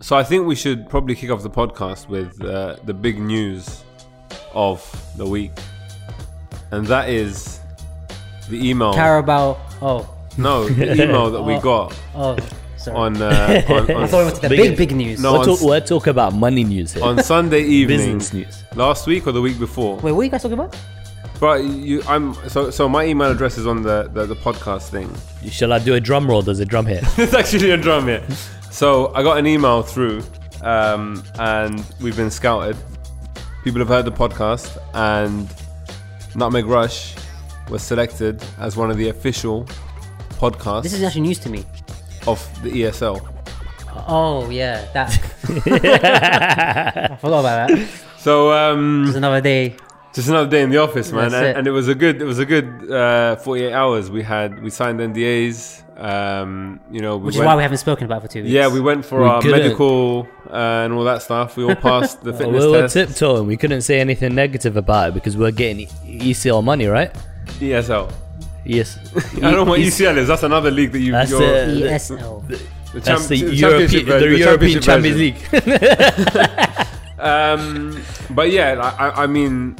So I think we should probably kick off the podcast with uh, the big news of the week, and that is the email. Carabao. Oh, no, the email that we Oh. got oh, sorry. on uh, on, I thought it on, was the Big- big, big, news. No. We're, on s- talk, we're talking about money news here. on Sunday evening, Business news. last week or the week before. Wait, what are you guys talking about? But you, I'm so so. My email address is on the the, the podcast thing. Shall I do a drum roll? There's a drum here. There's actually a drum here. So I got an email through, um, and we've been scouted. People have heard the podcast, and Nutmeg Rush was selected as one of the official podcasts This is actually news to me. of the E ESL. Oh yeah, that. I forgot about that. It's So um, another day. just another day in the office, man. That's and, it. and it was a good, it was a good uh, 48 hours. We had we signed NDAs. Um, you know, we Which is went- why we haven't spoken about it for two weeks. Yeah, we went for We our couldn't. medical uh, and all that stuff. We all passed the we fitness were test. tiptoeing. We couldn't say anything negative about it because we're getting E- ECL money, right? ESL. Yes. E I don't E know what ECL is. That's another league that you. That's you're, it. E ESL. the That's champ- the, championship European, version- the European championship Champions version. League. Um, but yeah, like, I, I mean,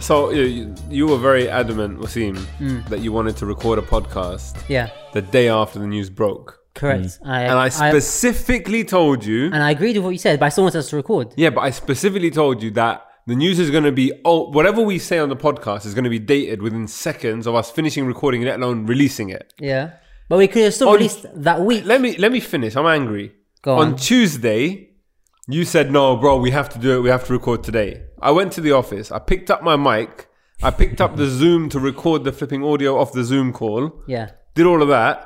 so you, you were very adamant, Wasim, Hmm. that you wanted to record a podcast Yeah, the day after the news broke, correct. I, Mm. and I I- specifically told you. and I agreed with what you said, but I still wanted us to record. Yeah, but I specifically told you that the news is going to be oh, whatever we say on the podcast is going to be dated within seconds of us finishing recording, let alone releasing it. Yeah, but we could have still On- released that week. Oh, Let me let me finish. I'm angry. Go on. on. Tuesday, you said no, bro. We have to do it. We have to record today. I went to the office. I picked up my mic. I picked up the Zoom to record the flipping audio off the Zoom call. Yeah, Did all of that.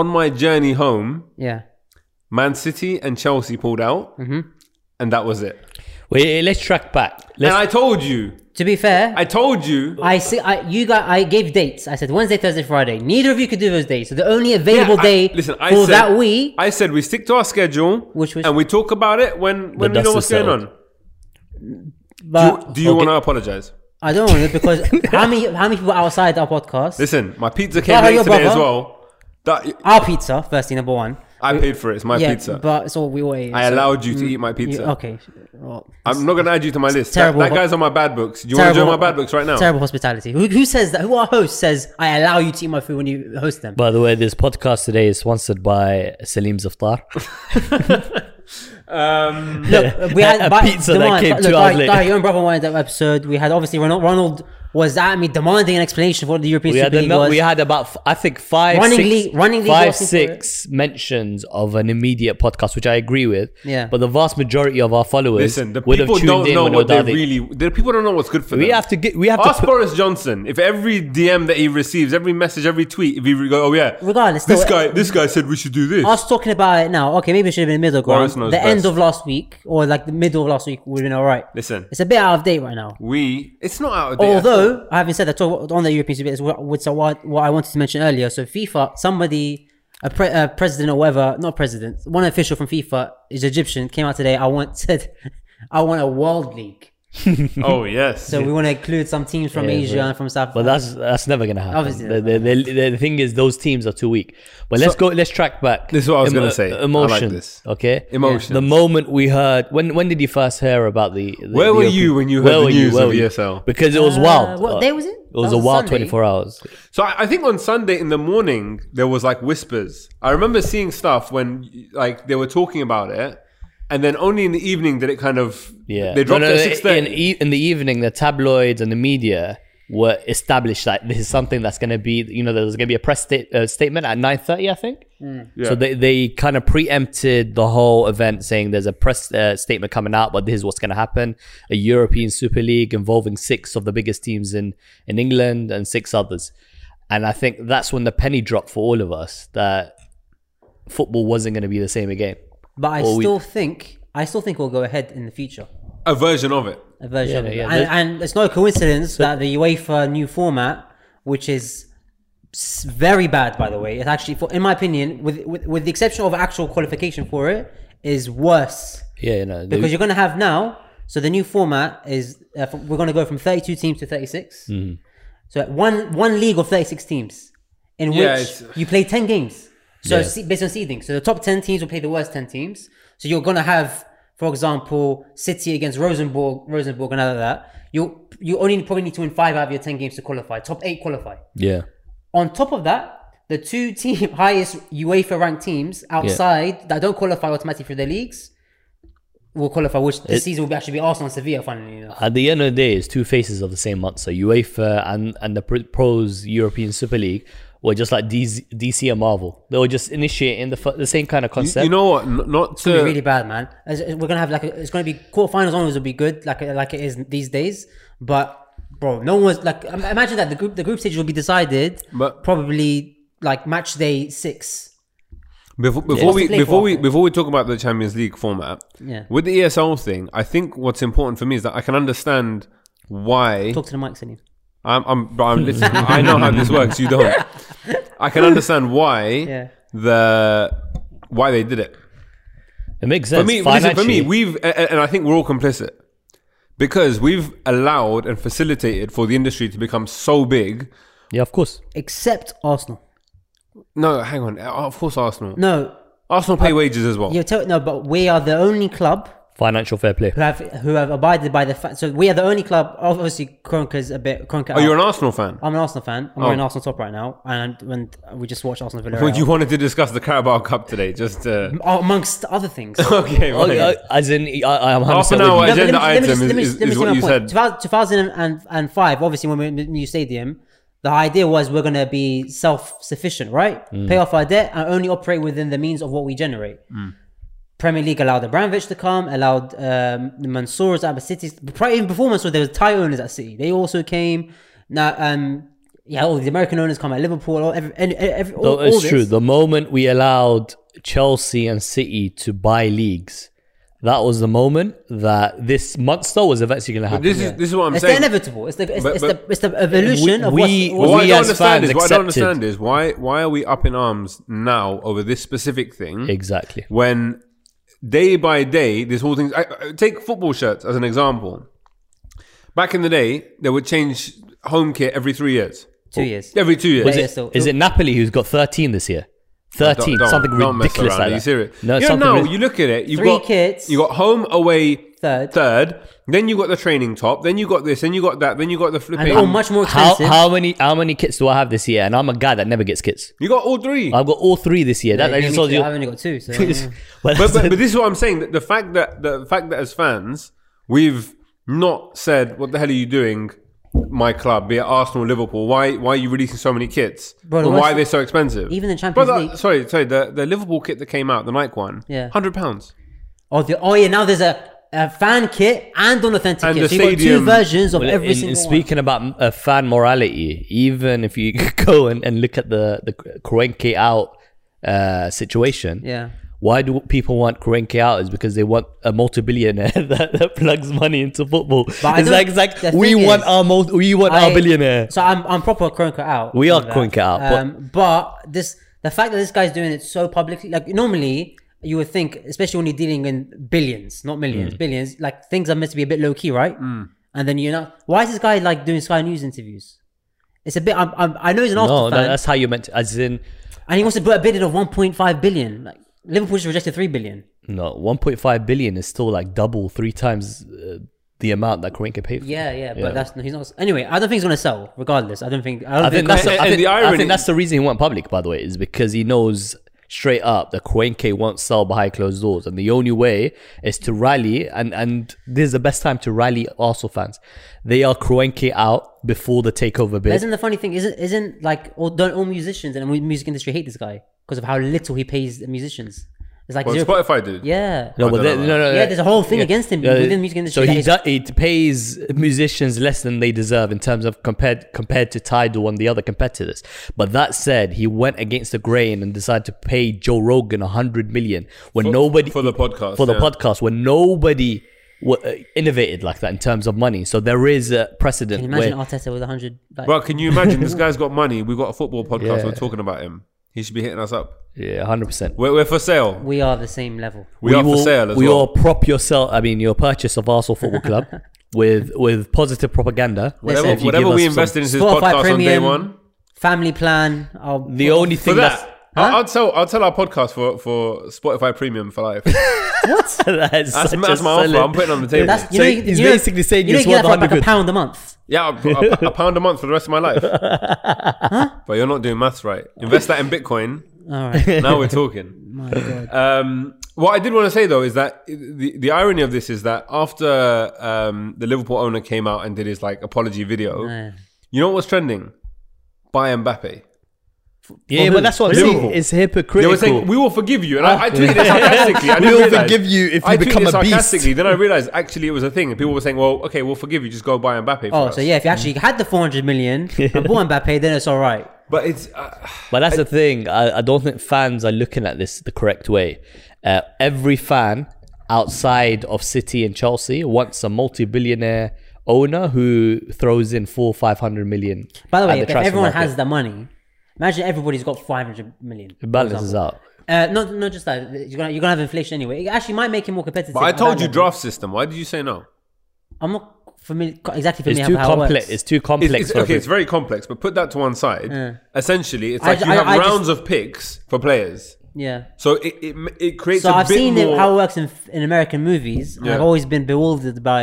On my journey home, yeah. Man City and Chelsea pulled out, and that was it. Wait, eh, let's track back. and Let's, I told you, To be fair, I told you, I see. I you got. I gave dates. I said Wednesday, Thursday, Friday. Neither of you could do those days. So the only available Yeah, I- day listen, I for said- that week. I said we stick to our schedule, Which was- and we talk about it when when we dust know is what's going on. settled. But Do you want to apologize? I don't want to because how many how many people outside our podcast? Listen, my pizza came hurt late your today as brother. well. That our pizza, firstly, number one. I paid for it. It's my yeah, pizza. but it's all we all ate. I so allowed you to eat my pizza. you- okay. Well, I'm not going to add you to my list. That- terrible. That, guy's on my bad books. Do you want to join my terrible- bad books right now? Terrible hospitality. Who, who says that? Who our host says I allow you to eat my food when you host them? by the way, this podcast today is sponsored by Salim Zaftar. Um, Look, we had A but pizza that demand- came look, two hours Di- late. Di, your own brother wanted that episode. We had obviously Ronald. Ronald was at me demanding an explanation for what the European we had Super League ano- was. we had about f- I think five Running six, league- running league five wasn't for six mentions of an immediate podcast, which I agree with. Yeah. but the vast majority of our followers listen, the would have people tuned don't in know when what they Odadi- really. The people don't know what's good for them. We have to get. We have Ask to. Put, Boris Johnson if every DM that he receives, every message, every tweet, if he re- go, oh yeah, Regardless, uh, this though, guy, this guy said we should do this. us talking about it now. Okay, maybe it should have been middle ground. Lawrence The knows end best. of last week, or like the middle of last week, would have been all right. Listen, It's a bit out of date right now. we. It's not out of date. Although, having said that, talk on the European Super League, is what, what's- what, what I wanted to mention earlier. So, FIFA, somebody, a, pre, a president or whatever, not president, one official from FIFA is Egyptian, came out today. I want said, I want a World League. oh yes. So, we want to include some teams from Yeah, Asia but- and from South but that's that's never gonna happen. Obviously, the, the, the, the thing is, those teams are too weak. But let's go. Let's track back. This is what I was Emo- gonna say. I like Emotions. this. Okay. Emotions. The moment we heard. When when did you first hear about the? the Where the were you European- when you heard Where the were news Where of E were you? ESL? Because it was Uh, wild. what Uh, day was it? It was That a was wild Sunday. twenty four hours. So I, I think on Sunday in the morning there was like whispers. I remember seeing stuff when like they were talking about it, and then only in the evening did it kind of Yeah, They dropped No, no, it at no, six in, thirty. e- in the evening. The tabloids and the media were established that this is something that's going to be, you know, there's going to be a press sta- uh, statement at nine thirty, I think. Mm. Yeah. So they they kind of preempted the whole event, saying there's a press uh, statement coming out, but this is what's going to happen: a European Super League involving six of the biggest teams in in England and six others. And I think that's when the penny dropped for all of us that football wasn't going to be the same again. But I Or we- still think, I still think we'll go ahead in the future. a version of it. a version. Yeah, of it. yeah, there's- and, and it's no coincidence that the UEFA new format, which is s- very bad, by the way, it's actually, for, in my opinion, with, with with the exception of actual qualification for it, is worse Yeah, you know, because you're going to have now. So the new format is uh, from, we're going to go from 32 teams to 36. So one one league of 36 teams, in Yeah, which it's- you play 10 games. So Yeah. it's based on seeding, so the top 10 teams will play the worst 10 teams. So So you're gonna have, for example, City against Rosenborg, Rosenborg, and all that. You you only probably need to win five out of your ten games to qualify. Top eight qualify. Yeah. On top of that, the two team highest UEFA ranked teams outside that don't qualify automatically for their leagues will qualify. Which this It- season will be actually be Arsenal and Sevilla, funnily enough. At the end of the day, it's two faces of the same monster. UEFA and, and the pr- pros European Super League were just like DC, DC and Marvel. They were just initiating the, f- the same kind of You, concept. you know what? N- not It's to gonna be really bad, man. As- as We're gonna have like a, it's gonna be quarterfinals onwards will be good, like like it is these days. But bro, no one's like im- imagine that the group the group stage will be decided, But- probably like match day six. Before, before What's we the play before for? we before we talk about the Champions League format, Yeah. with the ESL thing, I think what's important for me is that I can understand why Talk to the mic, Salim. I'm I'm, bro, I'm listening. I know how this works. You don't. I can understand why Yeah. the why they did it. it makes For sense. me, listen, for me, Financially, we've a- a- and I think we're all complicit because we've allowed and facilitated for the industry to become so big. yeah, of course. Except Arsenal. No, hang on. Uh, Of course, Arsenal. No, Arsenal pay wages as well. you tell no, but we are the only club Financial fair play. who have who have abided by the fact. So we are the only club. Obviously, Kronka's a bit Kronka. Oh, you're an Arsenal fan. I'm an Arsenal fan. I'm wearing Arsenal top right now, and when we just watched Arsenal Well, Villarreal, you wanted to discuss the Carabao Cup today, just uh, amongst other things. okay. Oh, right. uh, as in, I, I'm 100% Half an hour. with you. No, but agenda let me- let me item just- is- let me is- just- let is me just what make you my said. point. 2000 2005, obviously, when we were in the new stadium, the idea was we're going to be self sufficient, right? Mm. Pay off our debt and only operate within the means of what we generate. Mm. Premier League allowed Abramovich to come, allowed um, the Mansours at the cities. Probably even before Mansour, there was Thai owners at City. They also came. Now, um, yeah, all the American owners come at Liverpool. All, every, any- every, all, No, it's all this. true. The moment we allowed Chelsea and City to buy leagues, that was the moment that this monster was eventually going to happen. This is this is what I'm It's the saying. inevitable. It's the it's, But- it's but- the it's the evolution of We- what's- we- But what's what I don't as understand fans is what I don't accepted. understand is why why are we up in arms now over this specific thing exactly. when day by day this whole thing. I, I- take football shirts as an example. Back in the day, they would change home kit every three years, two years. every two years. Was Is Yeah, it, so- is it Napoli who's got 13 this year? 13, Don't- something don't mess ridiculous around. like Are you that. serious? No, you know, something now rid- you look at it. You've Three got kits. You got home away Third. third. Then you got the training top. Then you got this. Then you got that. Then you got the flipping. and oh, much more um, how, expensive. how many how many kits do I have this year? And I'm a guy that never gets kits. you got all three. I've got all three this year. That, Yeah, that just me told too. you. I've only got two. So, yeah. But but, that's- but, but this is what I'm saying. That the fact that the fact that as fans we've not said what the hell are you doing, my club, be it Arsenal, Liverpool. Why why are you releasing so many kits? Bro, the and why worst- are they so expensive? even the Champions Brother, League- Sorry, sorry. The, the Liverpool kit that came out, the Nike one. Yeah. hundred pounds. oh, the, oh yeah. Now there's a, a fan kit and an authentic And kit. the So you've got two stadium- versions of Well, every in, single in speaking about uh, fan morality, even if you go and, and look at the the Kroenke out uh, situation, one. Yeah. why do people want Kroenke out? Is because they want a multi-billionaire that, that plugs money into football. I it's don't- like, it's like the we thing want is, our multi, we want our I- billionaire. So I'm I'm proper Kronka out. We on are that. Kroenke out, but- Um, but this the fact that this guy's doing it so publicly, like normally you would think, especially when you're dealing in billions, not Mm. millions, billions, like things are meant to be a bit low key, right? And then you're not. Why is this guy like doing Sky News interviews? It's a bit. I'm, I'm, I know he's an No, Arsenal that, fan, that's how you meant. To, as in, and he wants to put a bid in of 1.5 billion. Like Liverpool just rejected 3 billion. no, one point five billion is still like double, three times uh, the amount that Kroenke paid. For. Yeah, yeah, but Yeah. that's he's not. Anyway, I don't think he's gonna sell. Regardless, I don't think. I don't I think. think that's And- the, I, and think, the I irony- think that's the reason he went public, by the way, is because he knows straight up that Cuenca won't sell behind closed doors, and the only way is to rally, and and this is the best time to rally Arsenal fans. They are Cuenca out before the takeover bid. isn't the funny thing? Isn't isn't like all, don't all musicians and the music industry hate this guy because of how little he pays the musicians? It's like Well, zero. Spotify did. yeah. no, but don't they- know. no, no, no, Yeah, there's a whole thing against him within the music industry So that he is- do, it pays musicians less than they deserve in terms of compared compared to Tidal and the other competitors. But that said, he went against the grain and decided to pay Joe Rogan a hundred million when nobody for the podcast. for the yeah. podcast where nobody wa uh, innovated like that in terms of money. So there is a precedent. Can you imagine where, Arteta with a hundred? Like, Bro, can you imagine? this guy's got money. We've got a football podcast. Yeah. We're talking about him. He should be hitting us up. yeah, hundred percent. We're, we're for sale. we are the same level. We, are for sale as we well. will prop yourself. I mean, your purchase of Arsenal Football Club with with positive propaganda. Listen, whatever if you whatever give we us some- invested in this Spotify podcast on day Premium, one. Family plan. oh, I'll, The only For thing that's that, I'll, I'll tell I'll tell our podcast for, for Spotify Premium for life. That's, that is such my- that's a my offer. solid- I'm putting it on the table. That's you So know, you- he's you know- basically saying you you know, just get want that for like a 100. pound a month. yeah, a, a- a pound a month for the rest of my life. But you're not doing maths right. Invest that in Bitcoin. All right. Now we're talking. My God. Um, what I did want to say though is that the, the irony of this is that after um, the Liverpool owner came out and did his like apology video, Yeah. you know what was trending? Buy Mbappe. Yeah, who? but that's what I'm Liverpool. saying. It's They hypocritical. were saying we will forgive you, and I, I tweeted it sarcastically. I We didn't will realize. forgive you if you I tweeted become it a beast. sarcastically. Then I realized actually it was a thing, and people were saying, "Well, okay, we'll forgive you. Just go buy Mbappe." For Oh, us. so yeah, if you actually had the 400 million and bought Mbappe, then it's all right. But it's uh, But that's the thing. I, I don't think fans are looking at this the correct way. Uh, every fan outside of City and Chelsea wants a multi-billionaire owner who throws in four, five hundred million. By the at way, if transfer everyone market. has the money, imagine everybody's got 500 million. it balances out. Uh, not not just that. You're gonna you're gonna have inflation anyway. It actually might make it more competitive. but I at told that you level. draft system. Why did you say no? I'm not familiar exactly familiar It's too how it complex. works. It's too It's, complex. it's- for okay, every- it's very complex. But put that to one side. Essentially, it's I like ju- you I- have I just- rounds of picks for players. yeah. So it it, it creates. So a I've bit seen it, more, how it works in, in American movies. and I've Yeah. always been bewildered by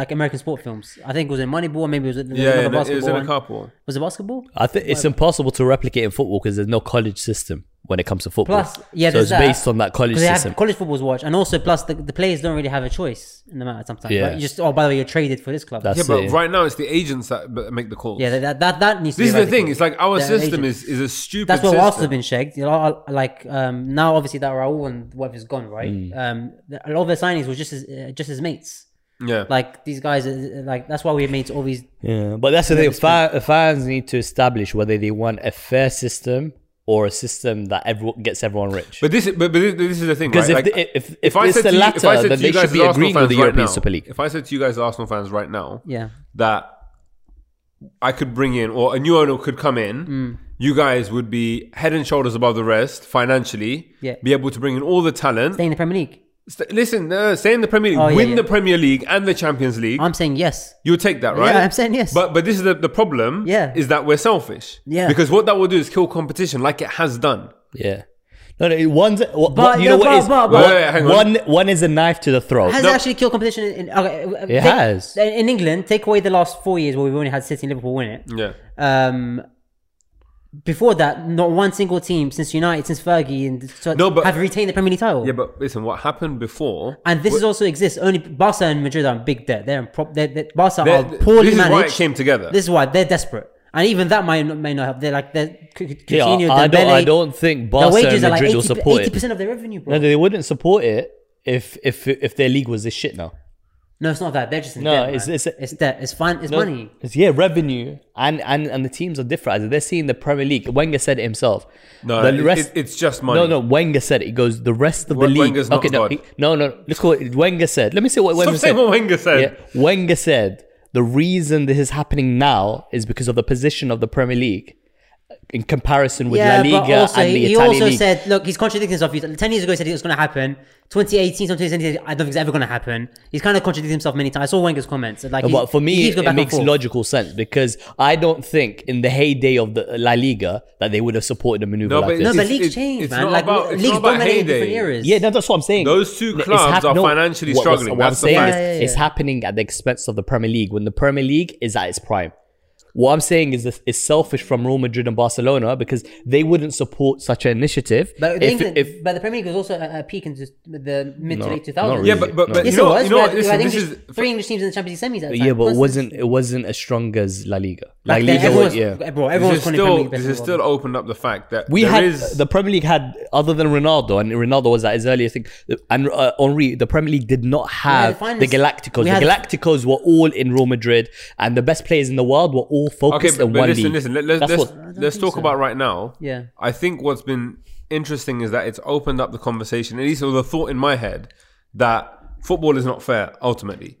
like American sport films. I think it was in Moneyball, maybe it was in Yeah, yeah, another no, it was in basketball. a one. couple. Was it basketball? I think it's impossible to replicate in football because there's no college system when it comes to football. Plus, yeah, so there's it's that. based on that college Because they system. have college football's watch, and also plus the, the players don't really have a choice in the matter sometimes. Yeah. Like, you just oh by the way, you're traded for this club. That's Yeah, but it. right now it's the agents that b- make the calls. yeah, that, that that needs. to This is be the thing. eradicated. It's like our The system agent- is, is a stupid. That's what system. Arsenal have been shagged. You know, like um, now, obviously that Raul and whatever is gone, right? Mm. Um, a lot of their signings were just his, uh, just his mates. Yeah. Like these guys, uh, like that's why we made all these. Yeah, but that's the thing. Fa- fans need to establish whether they want a fair system or a system that everyone gets everyone rich. But this, is, but, but this, this is the thing, Because right? if, the, if, if, it's said the to you- if I latter, said then to they you guys should be as Arsenal agreeing with fans the right European now- Super League. If I said to you guys, as Arsenal fans, right now, Yeah, that I could bring in or a new owner could come in, you guys would be head and shoulders above the rest financially. Yeah. Be able to bring in all the talent. stay in the Premier League. St- listen, no, stay in the Premier League, Oh, yeah, win yeah. the Premier League and the Champions League. I'm saying yes. You'll take that, right? I'm saying yes. But but this is the, the problem. Yeah. Is that we're selfish. Yeah. Because what that will do is kill competition, like it has done. Yeah. No, no, one's, what, But- you know but- what is, but- but- Wait, wait, hang on. one, one is a knife to the throat. Has No. it actually killed competition in? in okay, uh, It take- has. in England. Take away the last four years where we've only had City and Liverpool win it. Yeah. Um, before that, not one single team since United, since Fergie, and so No, but- have retained the Premier League title. Yeah, but listen, what happened before And this is also exists only Barca and Madrid are in big debt. They're in prop. They're, they Barca They're- are Oh, poorly this is why managed. it came together. This is why they're desperate, and even that might not, may not help. They're like they're C- C- Yeah, Coutinho, I, don't, I Dembele, don't think Their Barca and wages are like Madrid will support eighty it. percent of their revenue, bro. No, No, they wouldn't support it if if if their league was this shit now. it's not that. They're just in No, debt. it's- man. it's- debt. It's fine. It's money. It's, yeah, revenue and, and and the teams are different. They're seeing the Premier League. Wenger said it himself. No, the it- rest, it- it's just money. No, no. Wenger said it. He goes the rest of the Wen- league. Wenger's not okay, no, God. he- no, no. Let's call it. Wenger said. Let me see what Wenger Stop saying said. what Wenger said. Yeah, Wenger said the reason this is happening now is because of the position of the Premier League in comparison with La Liga and the he Italian also league. said, look, he's contradicting himself. He's- Ten years ago, he said it was going to happen. 2018, 2017, I don't think it's ever going to happen. He's kind of contradicted himself many times. I saw Wenger's comments. Like, he- but for he me, keeps going it back and makes forth. logical sense because I don't think in the heyday of the La Liga that they would have supported a maneuver No, like but this. No, but It's- leagues it's- change, it's man. not Like about- it's leagues not about dominate in different heyday. eras. Yeah, no, that's what I'm saying. Those two It's clubs are no, financially what- struggling. What I'm That's the saying fact. is Yeah, yeah, it's happening at the expense of the Premier League when the Premier League is at its prime. What I'm saying is this is selfish from Real Madrid and Barcelona because they wouldn't support such an initiative. But the if, England, if but the Premier League was also at a peak in just the mid No, to late 2000s. not Yeah, really. but but, but Yes, you know, it was. you know we what? had- Listen, we had this English, is three English teams in the Champions League semis. At the yeah, time. but it Plus, wasn't it wasn't as strong as La Liga. La back then, Liga everyone was was, yeah. bro, everyone this was is calling still Premier League this is best of all still time. opened up the fact that We there had is- the Premier League had other than Ronaldo, and Ronaldo was at his earliest thing, and uh, Henri. The Premier League did not have finals- the Galacticos. we The had- Galacticos were all in Real Madrid, and the best players in the world were all okay, focused but, in but one listen, league. listen. Let, let's That's let's, what- let's talk about right now. Yeah. I think what's been interesting is that it's opened up the conversation, at least or the thought in my head that football is not fair. Ultimately,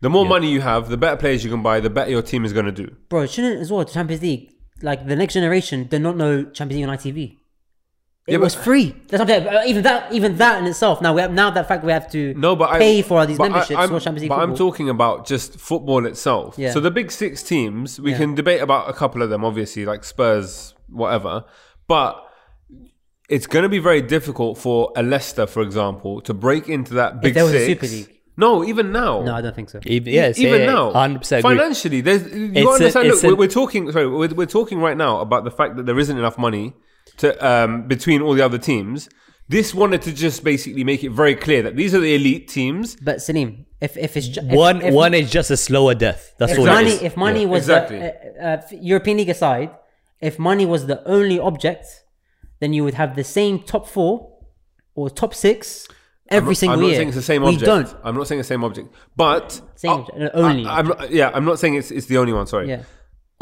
the more money you have, the better players you can buy, the better your team is going to do. Bro, it shouldn't as well. The Champions League, like the next generation, did not know Champions League on ITV. It Yeah, but- was free. That's what I'm saying. Uh, Even that, even that in itself. Now we have now that fact we have to No, but pay I, for these but I- memberships I'm- for Champions League. But I'm football. talking about just football itself. Yeah. So the big six teams, we can debate about a couple of them, obviously, like Spurs, whatever. But it's going to be very difficult for a Leicester, for example, to break into that big there was a six. Super League. No, even now. No, I don't think so. Even, yes, E- even yeah, yeah, now, 100% agree. financially, there's you It's a- understand. it's look, we're, a- we're talking. Sorry, we're, we're talking right now about the fact that there isn't enough money to um, between all the other teams. This wanted to just basically make it very clear that these are the elite teams. But Salim, if if it's ju- if, One if, one is just a slower death. That's if all Exactly. money it is. if money Yeah. was Exactly. the, uh, uh, f- European League aside, if money was the only object, then you would have the same top four or top six every I'm single not year. saying it's the same we object. don't. I'm not saying the same object, but uh, Same object, no, only. I, am not, yeah, I'm not saying it's it's the only one. Sorry. Yeah.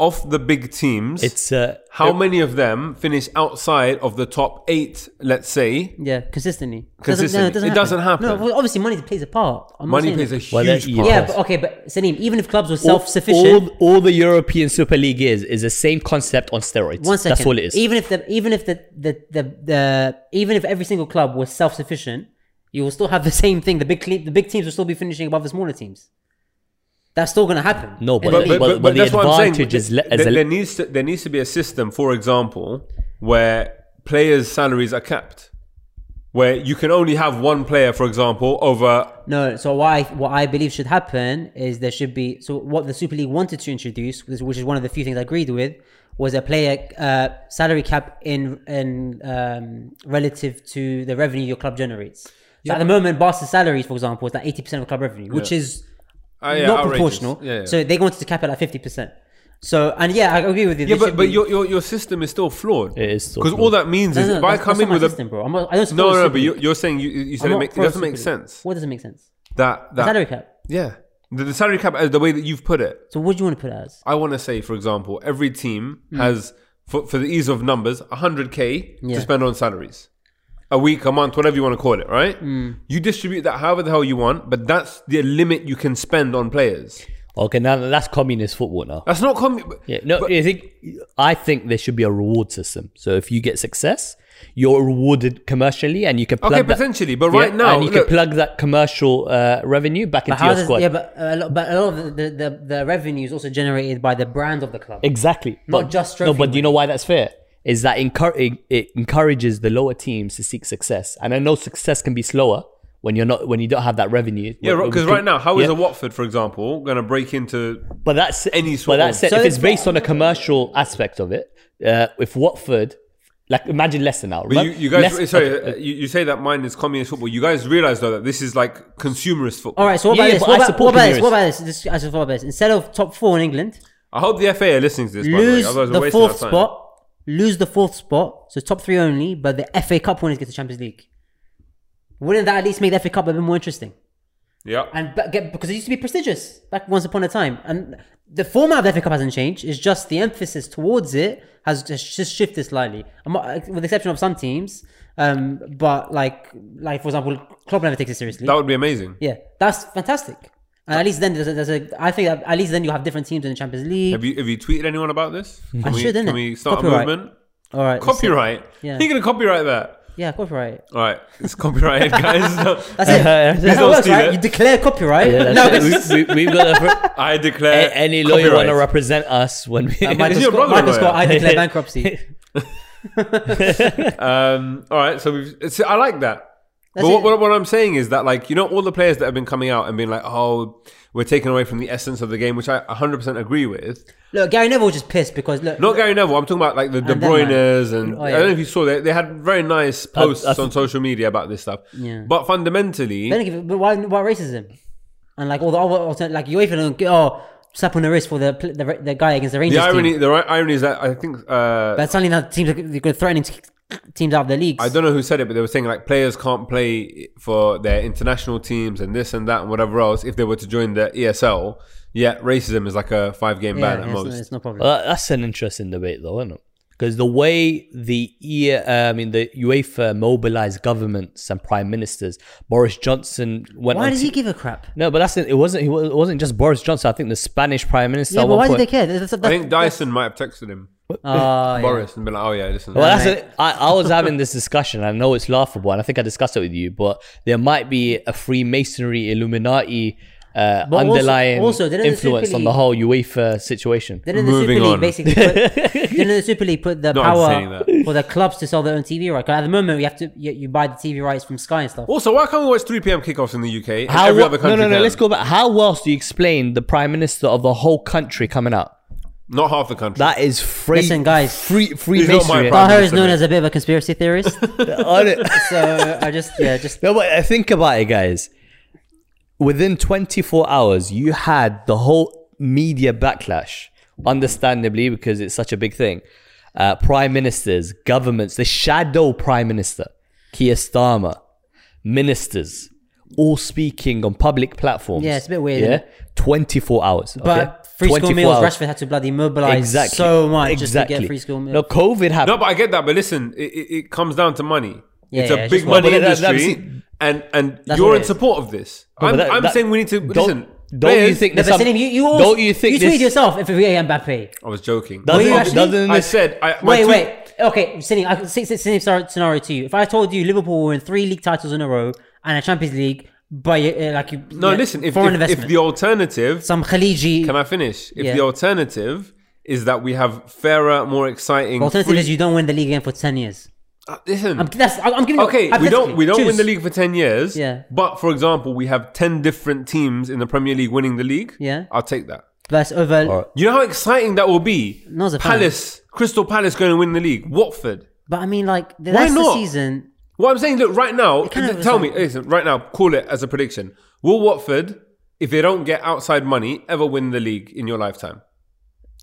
Of the big teams, It's uh, how many of them finish outside of the top eight? Let's say Yeah, consistently. Consistently. It doesn't happen. No, well, obviously money plays a part. I'm not money saying plays a that- E huge Well, that- part. Yeah, but, okay, but Salim, even if clubs were self-sufficient, All, all the European Super League is is the same concept on steroids. One second. That's all it is. Even if the even if the the the, the even if every single club was self sufficient, you will still have the same thing. The big cle- the big teams will still be finishing above the smaller teams. That's still going to happen. No, In but- the league. but- the what I'm saying. advantage is le- There- is a- there needs to there needs to be a system, for example, where players' salaries are capped, where you can only have one player, for example, over. uh, no. So why what I believe should happen is there should be so what the Super League wanted to introduce, which which is one of the few things I agreed with, was a player uh, salary cap in in um, relative to the revenue your club generates. So at the moment, Barca's salaries, for example, is like eighty percent of club revenue, which is Ah, yeah, not outrageous. proportional. Yeah, yeah. So they wanted to cap it at fifty percent. So and yeah, I agree with you. yeah, They but, should but be- your, your your system is still flawed. It is still because all flawed. that means No, is no, if I that's- come that's in not with my a system, bro. I'm not, I don't no support no no, Super but you, League. you're saying you, you said I'm it, not make, it pro doesn't make Super League. sense What doesn't make sense? that that Salary cap. yeah the, the salary cap uh, the way that you've put it. So what do you want to put it as? I want to say, for example, every team Hmm. has, for, for the ease of numbers, 100k Yeah. to spend on salaries. A week, a month, whatever you want to call it, right? Hmm. You distribute that however the hell you want, but that's the limit you can spend on players. okay, now that's communist football now. That's not commu- Yeah, no, but- I think I think there should be a reward system. So if you get success, you're rewarded commercially, and you can plug okay, that, potentially, but right Yeah, now, and you look, can plug that commercial uh, revenue back But into how your does, squad. yeah, but uh, a lot, but a lot of the, the, the revenue is also generated by the brand of the club. Exactly. Not just no, trophy but do you know why that's fair? Is that encour- it, it encourages the lower teams to seek success, and I know success can be slower when you're not when you don't have that revenue. yeah, When- because when- right now, how is yeah. a Watford, for example, going to break into? But that's any But sort that's of- it. So if it's it's- based on a commercial aspect of it, uh, if Watford, like imagine Leicester now, But right? you, you guys, Leicester- sorry, uh, you, you say that mine is communist football. You guys realize though that this is like consumerist football. All right. So what Yeah, about yeah, this? but What I about, support what about Premier this? What about this? this? I support about this. Instead of top four in England, I hope the FA are listening to this. by the way, lose otherwise we're the wasting our fourth time. spot. Lose the fourth spot. So top three only, but the FA Cup winners get the Champions League. Wouldn't that at least make the FA Cup a bit more interesting? Yeah. and ba- get, because it used to be prestigious back once upon a time, and the format of the FA Cup hasn't changed. It's just the emphasis towards it has just, just shifted slightly, I'm not- with the exception of some teams. Um, but like, like for example, Klopp never takes it seriously. That would be amazing. yeah, that's fantastic. And at least then there's a, there's a I think at least then you have different teams in the Champions League. Have you have you tweeted anyone about this? Can I we, should, Can innit? we start Copyright. a movement? All right, let's see. Copyright. Yeah. You're gonna copyright that. Yeah, copyright. All right, it's copyrighted, guys. That's it. That's That's how Uh, don't it works, steal right? it. You declare copyright. Yeah, no, that's it. we, we, we've got a, I declare a- any lawyer want to copyright. represent us when we. Michael Is your Scott, brother a Michael lawyer? Scott, I declare bankruptcy. Um, all right, so we've. It's, I like that. That's but what, it. what, what I'm saying is that, like, you know, all the players that have been coming out and being like, "Oh, we're taking away from the essence of the game," which I 100% agree with. Look, Gary Neville was just pissed because look, Not Gary Neville. I'm talking about like the De And then, like- Bruyne's, and Oh, I don't know yeah. if you saw they they had very nice posts that's- on social media about this stuff. Yeah. But fundamentally, They don't give a- but why, why racism? And like all the other altern- like UEFA don't get oh slap on the wrist for the pl- the, the guy against the Rangers the irony, team. the ri- irony is that I think uh, But suddenly now teams are they're threatening to kick teams out of their leagues. I don't know who said it, but they were saying like players can't play for their international teams and this and that and whatever else if they were to join the ESL. Yet racism is like a five game yeah, ban at it's, most. it's no problem. Well, that- that's an interesting debate, though, isn't it? Because the way the E, uh, I mean, the UEFA mobilized governments and prime ministers, Boris Johnson went. why on does to- he give a crap? No, but that's it. It wasn't. He wa- It wasn't just Boris Johnson. I think the Spanish prime minister. Yeah, at but one why do point, they care? That's, that's, I think Dyson might have texted him, Ah, yeah. Boris, and been like, "Oh yeah, listen." Well, that's mate. it. I, I was having this discussion. I know it's laughable, and I think I discussed it with you. But there might be a Freemasonry, Illuminati uh, also- underlying also, didn't the influence Super on the League- whole UEFA situation. Didn't the Moving Super League on. basically put, didn't the Super League put the Not saying power that. for the clubs to sell their own TV right? 'Cause at the moment, you have to you, you buy the TV rights from Sky and stuff. Also, why can't we watch 3 p.m. kickoffs in the UK? and How every wel- other country no, no, no. can? Let's go back. How else do you explain the prime minister of the whole country coming out? Not half the country. That is free. Listen, guys. free free He's not my masonry. prime Tahir is Minister, known mate. as a bit of a conspiracy theorist, On it. so I just yeah just No, but uh, think about it, guys. Within 24 hours, you had the whole media backlash, understandably, because it's such a big thing. Uh, prime ministers, governments, the shadow prime minister, Keir Starmer, ministers, all speaking on public platforms. Yeah, it's a bit weird, Yeah, isn't 24 hours. but okay? free school 24 meals. hours. Rashford had to bloody mobilize Exactly. so much just to Exactly. get free school meals. No, COVID happened. No, but I get that. But listen, it, it, it comes down to money. Yeah, it's yeah, a it's big just money. money But that- that- industry, that's- and and That's you're what in it is. support of this. No, I'm, but that- I'm that- saying we need to don't- listen. Don't you players- think No, there's but some- Salim, you, you also, Don't you think tweeted this- yourself if we get Mbappe? I was joking. Were you Doesn't, actually- doesn't I this- said. I, my Wait, tweet- wait. Okay, Salim, I see the same sor- scenario to you. If I told you Liverpool were in three league titles in a row and a Champions League, but uh, like you, No, yeah, listen. If, foreign if, if investment, the alternative some Khaliji. Can I finish? If Yeah. the alternative is that we have fairer, more exciting. the alternative free- is you don't win the league again for ten years. Uh, listen. I'm, that's, I'm giving. you- okay, we don't we don't Choose. win the league for ten years. Yeah. But for example, we have ten different teams in the Premier League winning the league. Yeah. I'll take that. That's over. Alright. You know how exciting that will be. No, it's a fan. Palace, Crystal Palace going to win the league. Watford. But I mean, like that's the not? season. What I'm saying, look, right now, kind of tell is me, like- listen, right now, call it as a prediction. Will Watford, if they don't get outside money, ever win the league in your lifetime?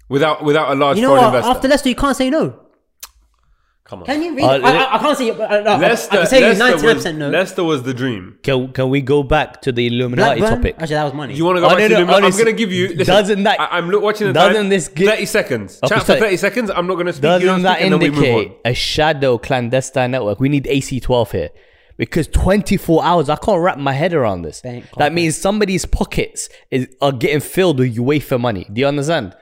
Without without a large You know foreign what? investor. After Leicester, you can't say no. Come on. Can you? Really? Uh, I, I, I can't say. Uh, no, Leicester, I can say you Leicester ninety-nine was, percent no. Leicester was the dream. Can, can we go back to the Illuminati Blackburn? topic? Actually, that was money. You want to go Oh, back no, to no, Lumin- I'm honestly, going to give you. Listen, doesn't that- I, am look, watching the doesn't time. this gi- thirty seconds? Okay, Chat for sorry. thirty seconds. I'm not going to speak. you don't Doesn't that speak, and then we move indicate on. a shadow clandestine network? We need AC12 here. Because 24 hours, I can't wrap my head around this. Thank that God. means somebody's pockets is, are getting filled with UEFA money. Do you understand?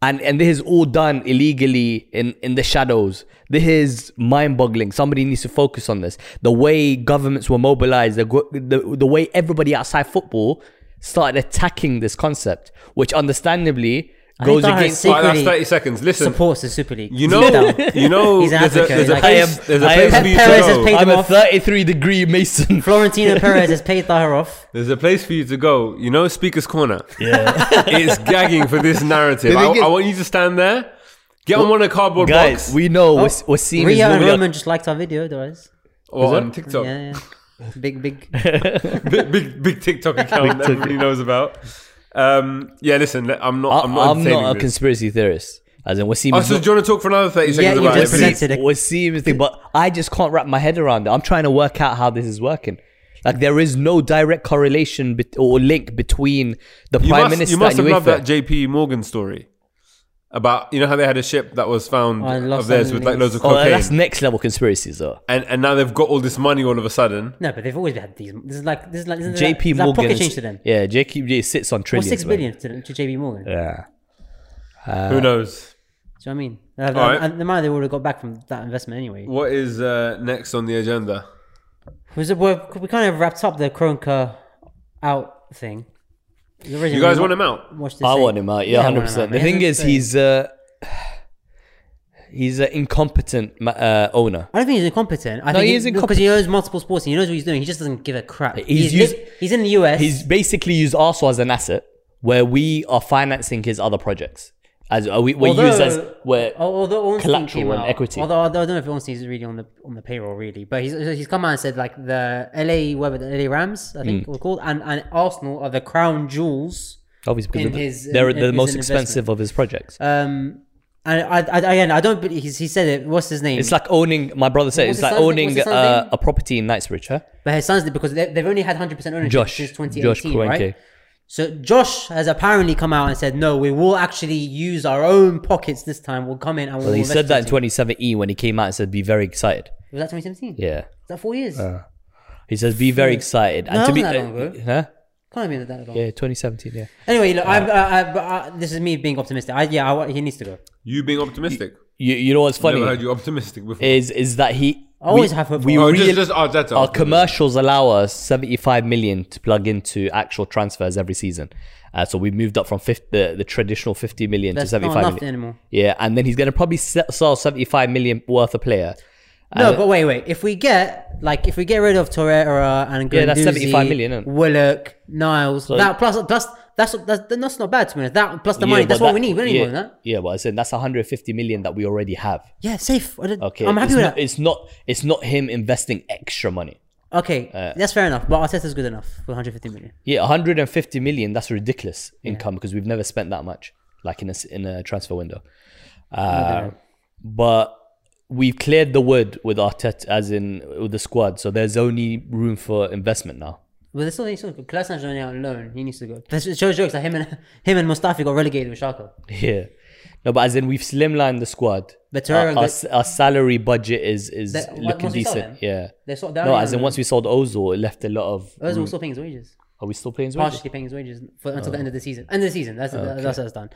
And and this is all done illegally in, in the shadows. This is mind boggling. Somebody needs to focus on this. The way governments were mobilized, the, gro- the, the way everybody outside football started attacking this concept, which understandably I think goes Taha is against All right, that's Secretly- thirty seconds. Listen, supports the Super League. you know, you know, He's an there's a, advocate. there's a Like, place, I am- there's a I place am- for you to Perez has go. paid- I'm them a off. 33 degree Mason. Florentino Perez has paid Tahir off. There's a place for you to go. You know, Speaker's Corner. Yeah, it's gagging for this narrative. The I, thing is- I want you to stand there, get on one of the cardboard Guys, box we know we're, we're seeing Ria this and movie. oh, Roman just liked our video, guys. or on TikTok, Yeah, yeah. Big, big. big, big, big TikTok account that everybody knows about. Um, yeah, listen, le- I'm not. I'm I'm, not. I'm entertaining not a this. conspiracy theorist. As in, Wasim Oh, is so not- do you want to talk for another 30 seconds you about just it? present- presented it. Wasim is thing, but I just can't wrap my head around it. I'm trying to work out how this is working. Like there is no direct correlation bet- or link between the You prime must, minister you must have and loved that UEFA. JP Morgan story about, you know how they had a ship that was found Oh, I love of theirs some with like loads of oh, cocaine. that's next level conspiracies, though. and, and now they've got all this money all of a sudden. No, but they've always had these. This is like this is like this is like, JP this is like Morgan. pocket is- change to them. Yeah, JP sits on Or trillions. six man. billion to, to JP Morgan. Do Yeah. Uh, Who knows? you know what I mean? Uh, the, Alright. and the money they would have got back from that investment anyway. What is uh, next on the agenda? Was it, we're- we kind of wrapped up the Kronka out thing. You guys want him out? Watch this I thing. want him out. I Yeah, want him hundred out. percent. The Yeah, thing that's is, the thing. he's uh, he's an incompetent ma- uh, owner. I don't think he's incompetent. I No, think he he is because he knows multiple sports and he knows what he's doing. He just doesn't give a crap. He's, used- li- he's in the US. He's basically used Arsenal as an asset, where we are financing his other projects. As uh, we, we're used as Although- we're Al- although Ornstein collateral came and out, equity. Although, although I don't know if Ornstein is really on the on the payroll really, but he's he's come out and said like the LA whatever the LA Rams I Mm. think were called and and Arsenal are the crown jewels. obviously because in of the- his- they're in- the in most his expensive of his projects. Um, and I, I again I don't believe he's, he said it. What's his name? it's like owning. My brother said What's it's his like son's name? owning What's his son's uh, name? a property in Knightsbridge. Huh? but his sons did because they, they've only had hundred percent ownership Josh, since twenty Josh eighteen, Kroenke. right? So Josh has apparently come out and said no, we will actually use our own pockets this time. We'll come in and we'll. Well, he invest said that in it." 2017 when he came out and said, "Be very excited." Was that twenty seventeen? Yeah, Uh. Is that four years? he says, "Be very excited." No, and to it be, uh, wasn't that long ago. huh? Can't have been that long. Yeah, 2017. Yeah. Anyway, look, I, I, I, but, uh, this is me being optimistic. I, yeah, I, wa- he needs to go. You being optimistic. You, you know what's funny? Never heard you optimistic before. is is that he I always have hope. we for- Oh, real- just, just Arteta. Our commercials allow us 75 million to plug into actual transfers every season. Uh, so we moved up from 50, the, the traditional 50 million That's to not 75 million. enough anymore. Yeah, and then he's going to probably se- sell 75 million worth of player. Uh, no, but wait, wait. If we get like if we get rid of Torreira and Guendouzi, Yeah, that's 75 million, isn't it? Willock, Niles, that plus plus that's that's, that's not bad to me. That plus the money, Yeah, that's but what that- we need. We don't need yeah, more than that. Yeah, but I said that's 150 million that we already have. Yeah, safe. I don't, Okay, I'm happy it's with not, that. It's not. It's not him investing extra money. Okay, Uh, that's fair enough. But Arteta's good enough for 150 million. Yeah, 150 million. That's ridiculous income because we've never spent that much, like in a s- in a transfer window. Uh, but we've cleared the wood with Arteta, as in with the squad. So there's only room for investment now. But there's still needs to go. Kolasinac only out on loan. He needs to go. That's- It shows jokes that him and him and Mustafi got relegated with Schalke. Yeah, no, but as in we've slimlined the squad. But Our, Torreira our, got- s- our salary budget is is That- what- looking once we sell decent. them? Yeah. They sort No, as in once Mm. we sold Ozil, it left a lot of. Ozil room. was still paying his wages. Are we still playing his wages? Partially paying his wages for, until Oh. the end of the season. End of the season. That's that's how it's done.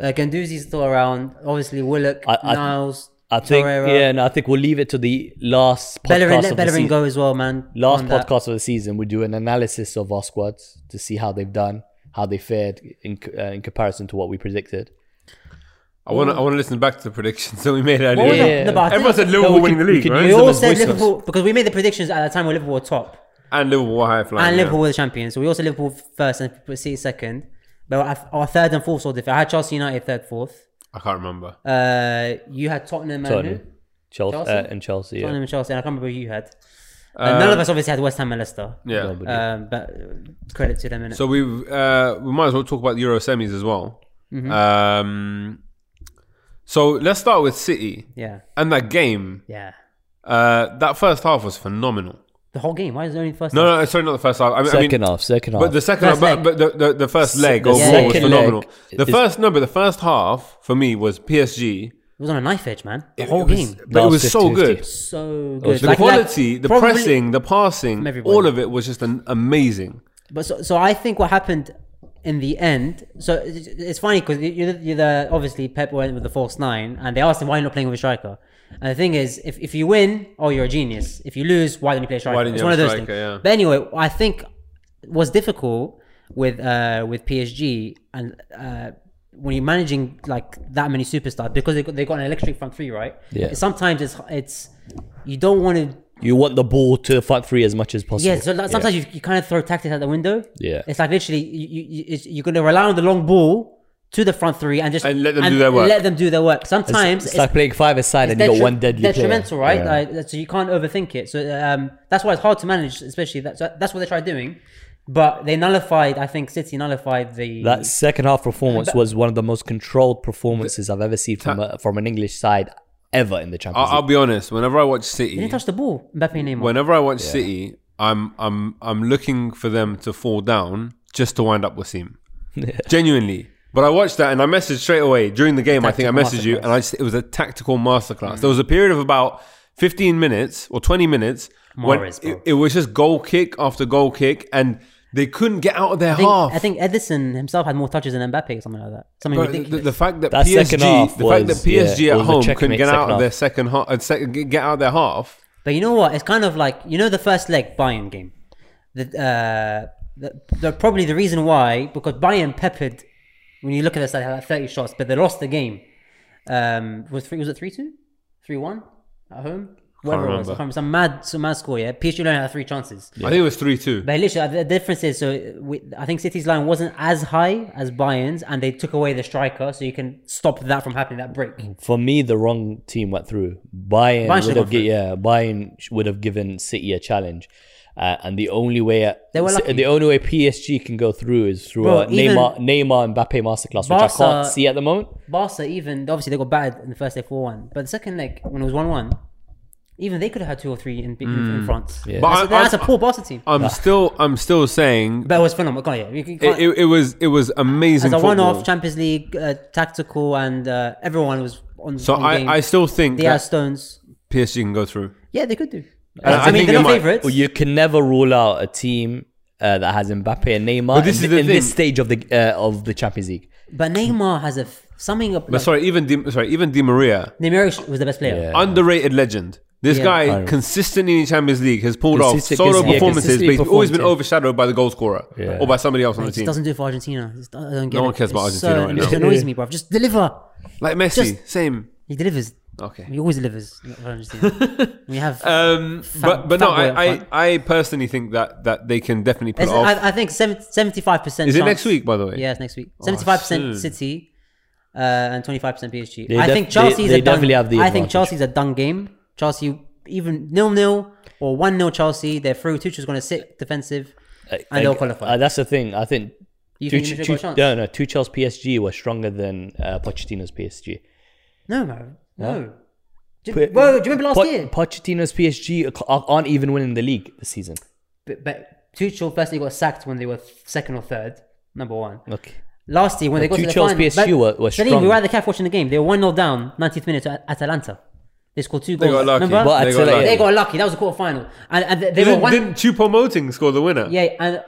Uh, Ganduzi's still around. Obviously, Willock, I- I- Niles, I think Torreira. yeah, and I think we'll leave it to the last podcast Bellerin, of let the Bellerin season. go as well, man. Last On that. podcast of the season, we do an analysis of our squads to see how they've done, how they fared in uh, in comparison to what we predicted. I want to. I want to listen back to the predictions that we made earlier. was that? Yeah. No, but I Everyone think- said Liverpool we winning the could- we league, could right? We It's all almost said voiceless. Liverpool because we made the predictions at the time where Liverpool were top and Liverpool were high flying. and yeah. Liverpool were the champions. So we also Liverpool first and City second. But our- our third and fourth saw different. I had Chelsea United third, fourth. I can't remember. Uh, you had Tottenham and who? Tottenham, Mm-hmm. Chelsea, Chelsea? Uh, and Chelsea. Tottenham Yeah. and Chelsea. And I can't remember who you had. Uh, And none of us obviously had West Ham and Leicester. Yeah. Nobody. Um, but uh, credit to them. Innit? So we uh, we might as well talk about Euro semis as well. Mm-hmm. Um, so let's start with City yeah, and that game. yeah. Uh, that first half was phenomenal. The whole game. Why is it only the first? No, half? no, sorry, not the first half. I mean, I mean second half, second half. but the second, half, First but, leg. but the, the, the first S- leg the overall was second phenomenal. leg The is- first no, but the first half for me was PSG. It was on a knife edge, man. The It whole was- game. but it Last was so 50-50. good. So good. The Like- like, quality, the probably- pressing, the passing, everybody. all of it was just an amazing. But so, so I think what happened in the end. So it's, it's funny because you're, the- you're the obviously Pep went with the false nine, and they asked him why you're not playing with a striker. And the thing is, if, if you win, oh, you're a genius. If you lose, why don't you play a striker? didn't it's you one of have a those striker, things. yeah. But anyway, I think what's difficult with uh, with PSG and uh, when you're managing like that many superstars because they got, they got an electric front three, right? Yeah. Sometimes it's it's you don't want to you want the ball to the front three as much as possible. yeah, so like, sometimes You, you kind of throw tactics out the window. Yeah. It's like literally you, you, you, it's, you're going to rely on the long ball to the front three and just And let them do their work. Let them do their work. Sometimes it's, it's, like playing five aside and you got detri- one deadly player. detrimental, right? Yeah. Like, so you can't overthink it. So um, that's why it's hard to manage, especially that. So that's what they tried doing, but they nullified. I think City nullified the. That second half performance was one of the most controlled performances I've ever seen from a, from an English side ever in the I, Champions I'll League. be honest. Whenever I watch they City, didn't touch the ball. Mbappe and Neymar. whenever I watch City, I'm I'm I'm looking for them to fall down just to wind up Wasim. Genuinely. But I watched that and I messaged straight away during the game. I think I Tactical messaged you and I just, it was a tactical masterclass. Mm. There was a period of about 15 minutes or 20 minutes Mahrez, when bro. it, it was just goal kick after goal kick and they couldn't get out of their I think, half. I think Edison himself had more touches than Mbappe or something like that. Something Bro, the, ridiculous. the fact that That PSG, second half the fact that was- PSG yeah, it at was a home couldn't checkmate get out second of half. their second half, uh, second, get out of their half. But you know what? It's kind of like you know the first leg Bayern game. The, uh, the, the probably the reason why because Bayern peppered. When you look at this, they had like thirty shots, but they lost the game. Um, was three? Was it three two, three one at home? Whatever it was, I remember. can't remember. some mad, some mad score. Yeah, PSG only had three chances. I think it was three two. But literally, the difference is so we, I think City's line wasn't as high as Bayern's, and they took away the striker, so you can stop that from happening. That break. For me, the wrong team went through. Bayern Bayern, would should've have gone gi- yeah, Bayern sh- would have given City a challenge, uh, and the only way They were C- lucky. the only way PSG can go through is through Bro, a Neymar, even- Neymar and Mbappe masterclass, which I can't Barca- see at the moment. Barca even obviously they got battered in the first leg four one, but the second leg when it was one one, even they could have had two or three in, in, in France. Mm. Yeah. But That's, a- I- I- that's a poor Barca team. I'm still, I'm still saying but it was phenomenal. Can't you? You can- it, can't- it, it was, it was amazing. as a football. one-off Champions League uh, tactical, and uh, everyone was on. So on game. I, I still think they had Stones. that PSG can go through. Yeah, they could do. And I, I mean, think Oh, they they're not might. favourites. Well, you can never rule out a team uh, that has Mbappe and Neymar But this in, is the in this thing. stage of the uh, of the Champions League. but Neymar has a f- something. Up, But like, sorry, even Di, sorry, even Di Maria, Neymar was the best player. Yeah. underrated legend. This Yeah. guy Iron. consistently in Champions League has pulled off Consistent- solo consistent- yeah, performances, but consistently he's always been performed, yeah. overshadowed by the goal scorer Yeah. or by somebody else on It the just team. doesn't do it for Argentina. It's- I don't get No it. one cares about It's Argentina right So, it just now. annoys me, bro. Just deliver. Like Messi, Just- same. He delivers. Okay. He always delivers. for Argentina. we have. Um, but but fat no, boy up I, I, front. I personally think that that they can definitely pull It's- it off. I, I think seventy five percent. Is it next week, by the way? Yeah, it's next week. Oh, Seventy five soon. percent City uh, and twenty five percent PSG. They I def- think Chelsea's they- they a done, definitely have the I think advantage. Chelsea's a done game. Chelsea even nil nil or one nil Chelsea. They're through. Tuchel's going to sit defensive, and they'll Like, qualify. uh, that's the thing. I think You Tuch- think Tuchel got a Tuch- chance? no, no, Tuchel's PSG were stronger than uh, Pochettino's PSG. no, no, no. Do, But- whoa, do you remember last Po- year? Pochettino's PSG ac- aren't even winning the league this season. But, but Tuchel personally got sacked when they were second or third. Number one. Okay. Last year when they got But to the Tuchel's final, PSG were- were Salim, we strong. were at the cafe watching the game. They were one 0 down, 90th minute to At- Atalanta. They scored two goals. got lucky. Remember? But uh, They Atala- got lucky. they got lucky. That was a quarter final, and, and they, they were didn't, one. didn't Chupo Moting score the winner? Yeah, and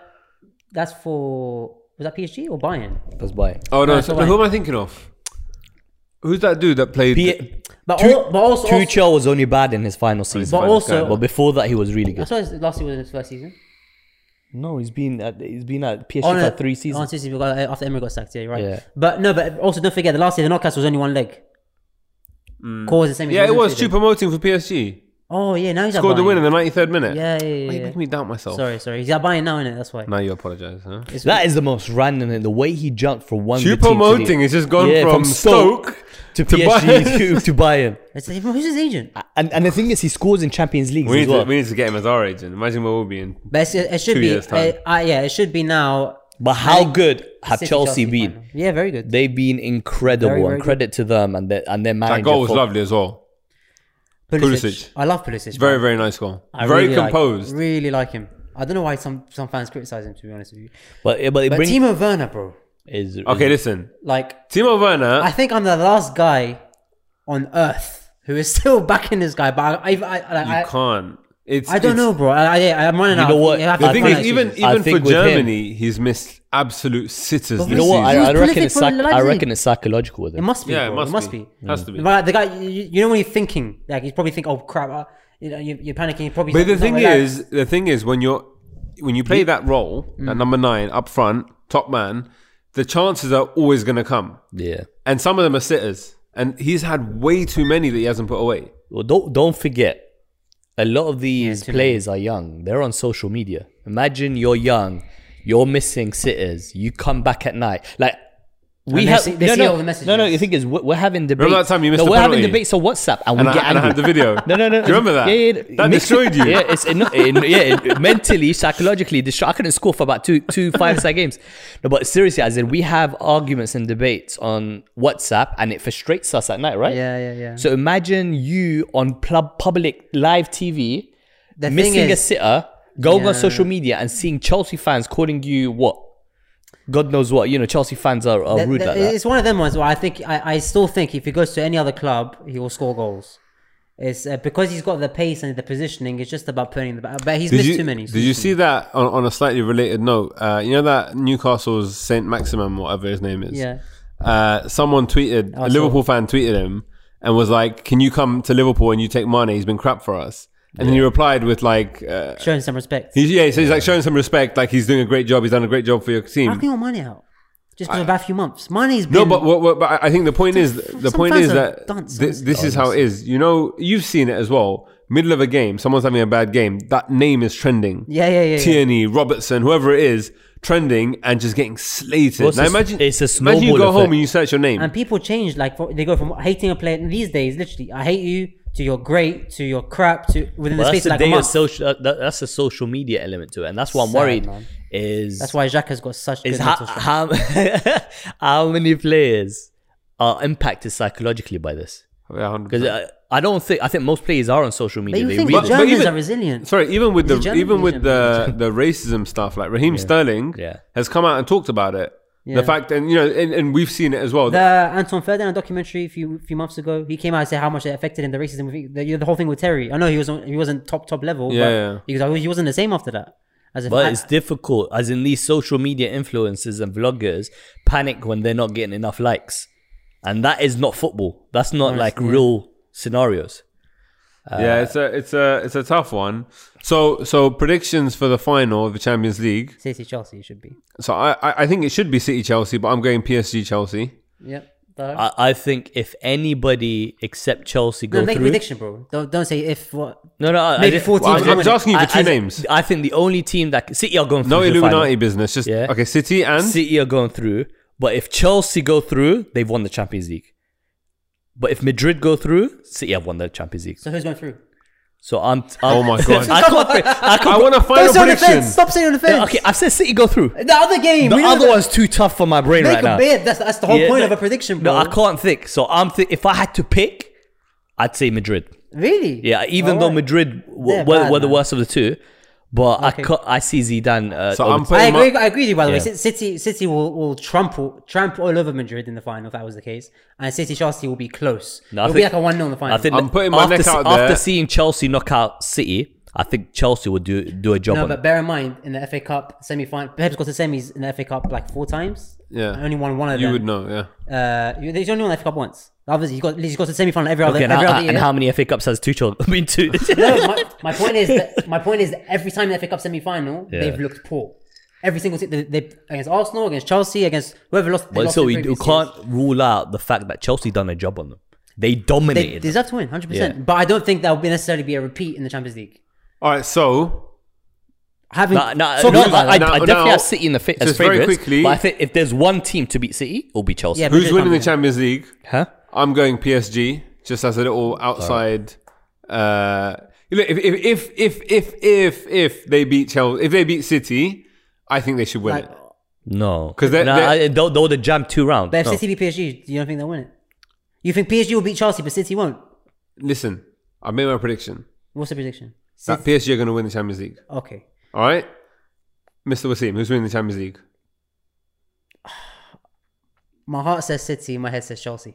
that's for was that PSG or Bayern? That's why. Oh no! No, so- it's all who am I thinking of? Who's that dude that played? P- But Tu- all, but also, also Tuchel was only bad in his final season. but fine, also, okay. But before that, he was really I good. saw his, last year was his first season. No, he's been at, he's been at PSG Oh, no, for three Oh, seasons. two seasons we got- after Emery got sacked, yeah, you're right. Yeah. But no, but also don't forget the last year the knockouts was only one leg. Cause the same. Mm. yeah, it was two Chupo Moting for PSG. Oh yeah, now he's Scored at the Bayern. win in the 93rd minute. Yeah, yeah, yeah. Why you yeah. making me doubt myself? Sorry, sorry. He's at Bayern now, innit? That's why. Now you apologize, huh? It's- That is the most random. thing. The way he jumped from one. team to Chupo the- Moting has just gone Yeah, from, Stoke, to to Bayern. PSG to, to Bayern. It's like, who's his agent? Uh, And and the thing is, he scores in Champions League We as need, well. to, we need to get him as our agent. Imagine where we'll be in. But it's, it should Two be. years' time. Uh, uh, yeah, it should be now. but how good have City, Chelsea, been? final. Yeah, very good. They've been incredible, Very, very and credit to them and their and their manager. That goal was for- lovely as well. Pulisic. I love Pulisic. Very, bro. very nice goal. I very really like- composed. really like him. I don't know why some some fans criticize him. To be honest with you, But but it but brings Timo Werner, bro. is, is- okay, listen. Like, Timo Werner. I think I'm the last guy on Earth who is still backing this guy. But I, I, I, I, you I, can't. It's. I don't it's- know, bro. I, I, I'm running You out. know what? You have The to thing run is, out of even excuses. I even think for with him- Germany, he's missed absolute sitters You this know what? season. He was I, I reckon prolific it's for psych- I Leipzig. reckon it's psychological with it him. must be. Yeah, bro. it must, be. be. Has to be. But the guy, you, you know, when you're thinking, like he's probably thinking, "Oh crap, uh, you know, you, you're panicking." You're probably. But the not thing relaxed. is, the thing is, when you're when you play that role Mm. at number nine up front, top man, the chances are always going to come, Yeah. and some of them are sitters. And he's had way too many that he hasn't put away. Well, don't don't forget, a lot of these too players are young. They're on social media. Imagine you're young, you're missing sitters. You come back at night, like we And they have. see- they no, see no, all the messages. no, no. The thing is, we're, we're having debates. Remember that time you missed no, the we're having penalty? debates on WhatsApp, and, And, we I, get and I had the angry. video. No, no, no. Do you remember that? Yeah, yeah, it That makes- destroyed you. Yeah, it's it, no, it, yeah, it, mentally, psychologically, destroy, I couldn't score for about two, two five-side games. No, but seriously, as in, we have arguments and debates on WhatsApp, and it frustrates us at night, right? Yeah, yeah, yeah. So imagine you on pub- public live TV, The thing missing a is- sitter, going on Yeah. social media and seeing Chelsea fans calling you what? God knows what. You know, Chelsea fans are, are That- rude that- like that. It's one of them ones where I think I, I still think if he goes to any other club, he will score goals. It's uh, because he's got the pace and the positioning. It's just about putting the. But he's Did missed you, too many. did you see that on, on a slightly related note? Uh, you know that Newcastle's Saint Maximum, whatever his name is. Yeah. Uh, someone tweeted Oh, a saw Liverpool fan tweeted him and was like, "Can you come to Liverpool and you take money? He's been crap for us." And then he replied with like, uh, Showing some respect. He's, yeah, so he's like showing some respect, like he's doing a great job. He's done a great job for your How team. can you want money out? Just because about a few months. Money's been. No, but, what, what, but I I think the point is, the Some point fans is are that dunce, thi- honestly. this is how it is. You know, you've seen it as well. Middle of a game, someone's having a bad game. That name is trending. Yeah, yeah, yeah, yeah. Tierney, Robertson, whoever it is, trending and just getting slated. Well, it's now a- imagine, it's a imagine you snowball go home effect. and you search your name. and people change. Like for, they go from hating a player these days. Literally, I hate you to you're great to you're crap to within the But that's space the of like a day of month. social. that- that- that's the social media element to it, and that's why I'm Sad, worried. man. Is That's why Jacques has got such good is how, mental strength. how how many players are impacted psychologically by this? Yeah, 100%. Because uh, I, I don't think I think most players are on social But media. you They think read But- the but it. Germans even- are resilient? Sorry, even with Is it the German? even Is with it the the racism stuff, like Raheem Sterling Yeah. has come out and talked about it. Yeah. The fact, and you know, and, and we've seen it as well. The Anton Ferdinand documentary a few few months ago, he came out and said how much it affected him, the racism, with- the, the whole thing with Terry. I know he wasn't he wasn't top top level, Yeah, but yeah. He, was, he wasn't the same after that. As if But I- it's difficult, as in these social media influencers and vloggers panic when they're not getting enough likes, and that is not football. That's not like real scenarios. Uh, yeah, it's a it's a it's a tough one. So so predictions for the final of the Champions League. City Chelsea it should be. So I I I think it should be City Chelsea, but I'm going PSG Chelsea. Yep. Dahir? I, I think if anybody except Chelsea go no, make a through, prediction, bro. Don't don't say if what. no, no, I- I Maybe didn't- four Well, teams. I'm, I'm win just it. asking you for I- two I, names. I think the only team that City are going through. No to the Illuminati final. business. Just Yeah. okay. City and City are E going through, but if Chelsea go through, they've won the Champions League. But if Madrid go through, City have won the Champions League. So who's going through? So I'm. Oh my God. I can't. I I can't want a final Don't say on the prediction. fence. Stop saying on the fence. okay, I've said City go through. The other game. The we know other that- one's too tough for my brain Make right a now. bid. That's that's the whole Yeah, point no- of a prediction, bro. No, I can't think. So I'm. Th- if I had to pick, I'd say Madrid. Really? Yeah, even All though right. Madrid w- They're were, bad, were the man. worst of the two, but I Okay. ca- I see Zidane. Uh, So over I'm t- I putting my, agree. I agree with you. By the way, Yeah. way, City, City will, will trample, tramp all over Madrid in the final if that was the case, and City Chelsea will be close. No, I It'll be think- like a one 0 in the final. I think I'm putting my after, neck se- out after there. seeing Chelsea knock out City. I think Chelsea would do do a job no, on but it. bear in mind in the FA Cup semi final, Pep's got to semis in the FA Cup like four times. Yeah. and only won one of you them. would know. Yeah. Uh, you- he's only won the FA Cup once. Obviously, he's got he's got to semi final every Okay, other and, every how, other year. and how many FA Cups has Tuchel been to? no, my, my point is that my point is that every time they FA Cup semi final, they've looked poor. Every single team, they, they against Arsenal, against Chelsea, against whoever lost. they but lost so the we, we previous can't years. rule out the fact that Chelsea done a job on them. They They dominated. deserve to win, hundred Yeah. percent. But I don't think that will be necessarily be a repeat in the Champions League. All right. So Having No, no, So no, who's- I, I now- definitely now- have City in the fa- as just very favourites. quickly- but I think if there's one team to beat City, it'll be Chelsea. Yeah, but- who's Madrid winning the can't be Champions League? Huh? I'm going PSG just as a little outside. Uh, you know, if, if if if if if if they beat Chelsea, if they beat City, I think they should win like, it. No, 'Cause they- Nah, they- I- they, they would have jammed two rounds. but if Oh. No. City beat PSG, you don't think they'll win it? You think PSG will beat Chelsea, but City won't? Listen, I made my prediction What's the prediction? that City, PSG are going to win the Champions League. okay, All right, Mr. Wasim, who's winning the Champions League? my heart says City, my head says Chelsea.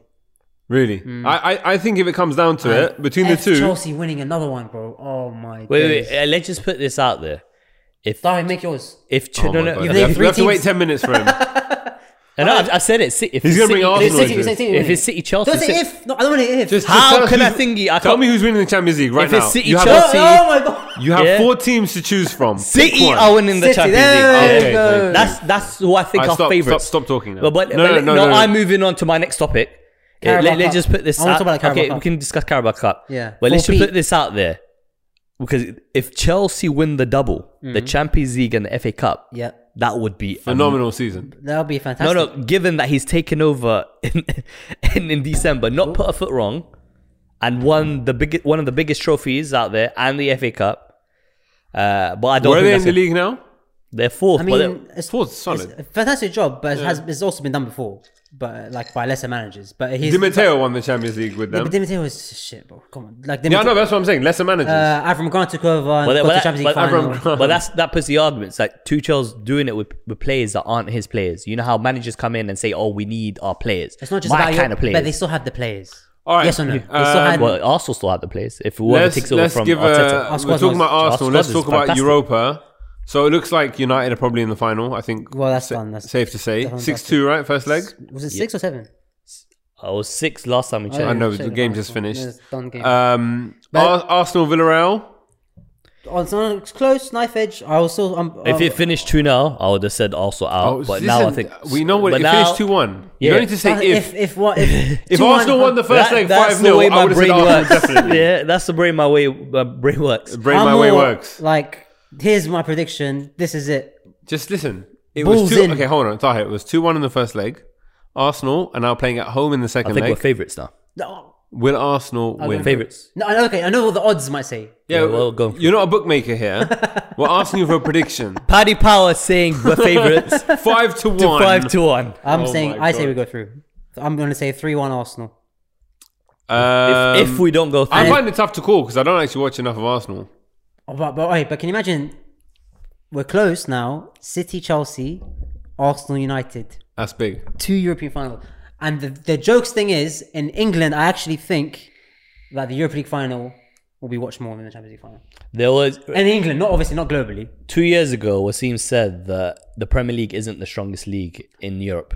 Really, Mm. I, I I think if it comes down to it, between the F two, Chelsea winning another one, bro. Oh my. Wait, days. eh. wait, wait, uh, let's just put this out there. If Sorry, make yours. if Ch- Oh no, my no, God. no, we have, to, three we have to wait teams- ten minutes for him. no, I, I said it. Ci- If He's it's gonna bring City- Arsenal it's City- into it. City If winning. it's City Chelsea, Don't say City- if. No, I don't want to hear if. Just, How just tell us can I who's- thingy? I tell can't- me who's winning the Champions League right If it's now. City, you have, oh, Chelsea- oh my god. you have Yeah. four teams to choose from. Pick City one. are winning the City, Champions there League. you Okay, go. thank you. That's that's who I think Alright, are stop, favorites. Stop, stop talking now. But, but, no, but no, let- no, no, I'm moving on to my next topic. Okay, Carabao let, us Cup. just put this I wanna out. talk about the Carabao okay, we Cup. can discuss Carabao Cup. Yeah. But let's just Four put this out there because if Chelsea win the double, the Champions League and the FA Cup, Mm. Yeah, that would be a Phenomenal season. that'll be No, fantastic. no. Given that he's taken over in in, in December, not put a foot wrong, and won the big one of the biggest trophies out there and the FA Cup. Uh, but I don't Where are think they that's in the it. league now? They're fourth. I but they're- mean, it's, Fourth, it's solid. a fantastic job, but it has it's also been done before, but uh, like by lesser managers. But he's Di Matteo won the Champions League with Yeah, them. but Di Matteo is shit, bro. Come on, like Di Yeah, I Matteo, know. That's what I'm saying. Lesser managers. uh, Avram Grant took over and got but that- the but Champions that- League but- final. Avram but that's that puts the arguments like Tuchel's doing it with, with players that aren't his players. You know how managers come in and say, "Oh, we need our players." It's not just my about kind your, of players. but they still have the players. All right. Yes or no? They still Um, had well, Arsenal still have the players. If whoever let's takes over let's from give Arteta, a. Our We're squad talking was- about our Arsenal. squad Let's is talk about fantastic. Europa. So it looks like United are probably in the final. I think. Well, that's sa- done, that's- safe to say. that's Six two, right? First leg. was it six or seven? I was six last time we Oh, checked. I know Shit, the game Arsenal. just finished. Yeah, it's done game. Um, But- Ar- Arsenal Villarreal. Oh, it's not- it's close, knife edge. I also, I'm, If it finished 2 0, I would have said also out. Oh, but now I Oh, listen, think. we know what but it now- finished two one. You Yeah. don't need to say if, if. if, if what if, If 2-1, Arsenal won the huh? first That- leg that's five the 0 way I my would have said brain Arsenal works. definitely. yeah, that's the brain my way my brain works. Brain I'm my way more works. Like, here's my prediction. This is it. Just listen. It was Bulls two. in. Okay, hold on. Tahir, it was two one in the first leg. Arsenal are now playing at home in the I second think we're leg. favourites now. No, Will Arsenal win? Favourites. no, I- okay. I know what the odds might say. Yeah, Yeah, well, go on. You're not a bookmaker here. we're asking you for a prediction. Paddy Power saying we're favourites to Five to one. 5 to 1. I'm Oh saying, my I say God. we go through. So I'm going to say three-one Arsenal. Um, if we don't go through. I find it tough to call because I don't actually watch enough of Arsenal. Oh, but but wait, but can you imagine? We're close now. City, Chelsea, Arsenal, United. That's big. two European final. And the, the jokes thing is, in England, I actually think that the Europa League final will be watched more than the Champions League final. there was In England, not obviously not globally. two years ago, Wasim said that the Premier League isn't the strongest league in Europe.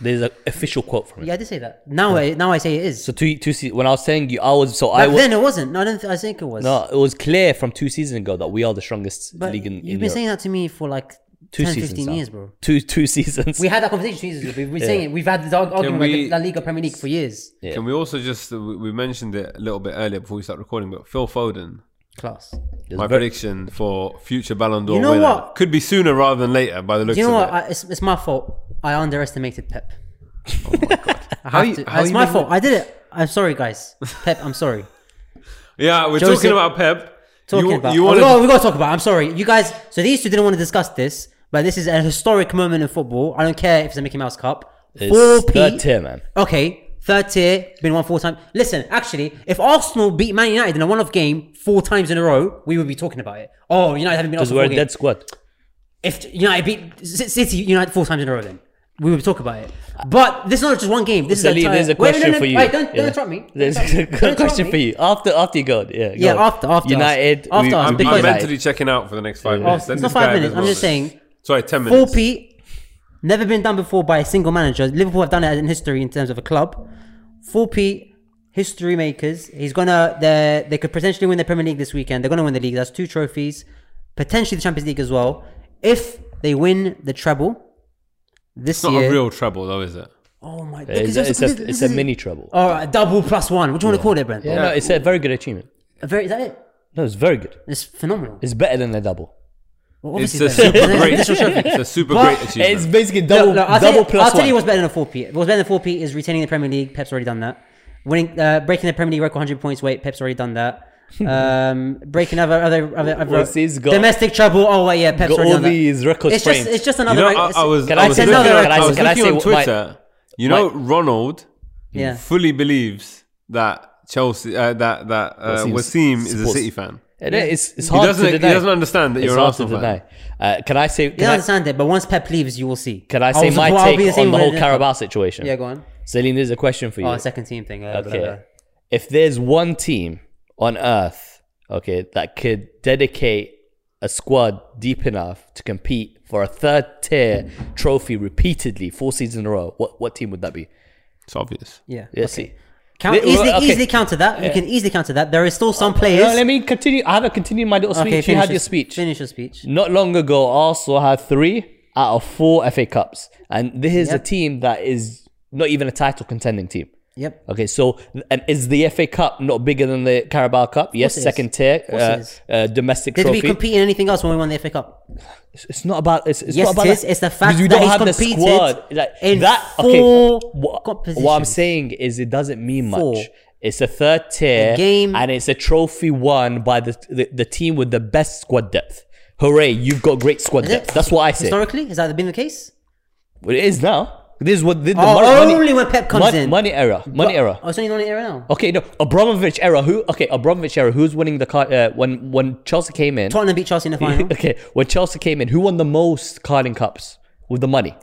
There's an official quote from it. Yeah, I did say that. Now, I, now I say it is. So two two se- when I was saying you, I was so I Back was then it wasn't. No, I don't. Th- I think it was. no, it was clear from two seasons ago that we are the strongest but league in, in you've been Europe. saying that to me for like two 10, seasons 15 now. years, bro. Two two seasons. We had that conversation two years ago. We've been saying it. We've had this arg- argument we- about La Liga Premier League for years. Yeah. Can we also just we we mentioned it a little bit earlier before we start recording, but Phil Foden, Class. There's my very- prediction for future Ballon d'Or You know winner what? could be sooner rather than later by the looks Do you know of what? I, it's, it's my fault. I underestimated Pep. it. How I you- have to- how it's you my mean- fault. I did it. I'm sorry, guys. Pep, I'm sorry. Yeah, we're Jose- talking about Pep. Talking you, about. you oh, wanted- we got, we got to talk about. it. I'm sorry, you guys. So these two didn't want to discuss this, but this is a historic moment in football. I don't care if it's a Mickey Mouse Cup. Four It's P. third tier, man. Okay, third tier, been won four times. Listen, actually, if Arsenal beat Man United in a one-off game four times in a row, we would be talking about it. Oh, United haven't been off Because for we're four a dead games. squad. If United beat C- City United four times in a row, then we would talk about it. But this is not just one game. This is Salim, entire- there's a Wait, no, question no, for you. Wait, don't, don't Yeah. interrupt me. There's Don't a interrupt question me. for you. After after you go, on. yeah. go Yeah, on. after- after us. United. After us, I'm, because- I'm Because- mentally checking out for the next five minutes. Oh, Let it's not this guy five have minutes, his I'm just moments. saying, Sorry, ten Four minutes. P, never been done before by a single manager. Liverpool have done it in history in terms of a club. Four P, history makers. He's gonna. They they could potentially win the Premier League this weekend. They're gonna win the league. That's two trophies, potentially the Champions League as well. If they win the treble this It's not year, a real treble though, is it? oh my, It's, because a, this- it's, a, this- it's this a is- Oh. mini trouble. All right, double plus one. What do you want to call it, Brent? yeah, no, it's a very good achievement. A very, is that it? No, it's very good. It's phenomenal. It's better than a double. Well, It's obviously a it's better. super It's an great. additional trophy. It's a super But great achievement. It's basically double No, no, I'll double tell you, plus I'll tell you one. what's better than a 4P. What's better than 4P is retaining the Premier League. Pep's already done that. Winning, uh, breaking the Premier League record 100 points. Wait, Pep's already done that. Um, breaking other other other, other What's his goal? domestic trouble. Oh wait, yeah, Pep's Got already all done that. these records it's just framed. it's just You another. know, rec- I, it's- I was, Can I I was say- looking, Can I- at- can I, I- was can I looking say on what my- Twitter. you know, Ronald Yeah. fully believes that Chelsea, uh, that that uh, Wasim Wasim is a supports- City fan. And it's, it's He hard doesn't, to he deny. doesn't understand that it's you're an hard to Arsenal fan. deny. Uh, can I say? You don't Can I, understand it, but once Pep leaves, you will see. can I I'll say support- my I'll be take same on the way whole with- Carabao situation? Yeah, go on. Celine, there's a question for you. Oh, second team thing. Uh, Okay. blah, blah. If there's one team on earth, okay, that could dedicate a squad deep enough to compete for a third tier trophy repeatedly, four seasons in a row, what, what team would that be? It's obvious. Yeah. Yeah, see. Count, They- easily, okay. easily counter that. You can easily counter that. There is still some players. No, let me continue. I haven't continued my little speech. okay, you finish had your your- speech. Finish your speech. Not long ago, Arsenal had three out of four FA Cups. And this is a team that is not even a title contending team. Yep. Okay, so and is the FA Cup not bigger than the Carabao Cup? Yes, it is. second tier, course it uh, is. uh, domestic Did trophy. we compete in anything else when we won the FA Cup? It's- It's not about. It's, it's Yes, not about it is. It's the fact because you that don't he's have the competed squad. Like, in that, four okay, what, competitions. what I'm saying is it doesn't mean much. Four. It's a third tier A game. and it's a trophy won by the, the the team with the best squad depth. Hooray! You've got great squad Is it? depth. That's what I say. Historically, has that been the case? Well, it is now. This is what the, the Oh, mon- money, only when Pep comes mon- in. Money era. Money era. Oh, it's only only era now. Okay, no Abramovich era. Who? Okay, Abramovich era. Who's winning the car? Uh, when when Chelsea came in. Tottenham beat Chelsea in the final. okay, when Chelsea came in, who won the most Carling Cups with the money?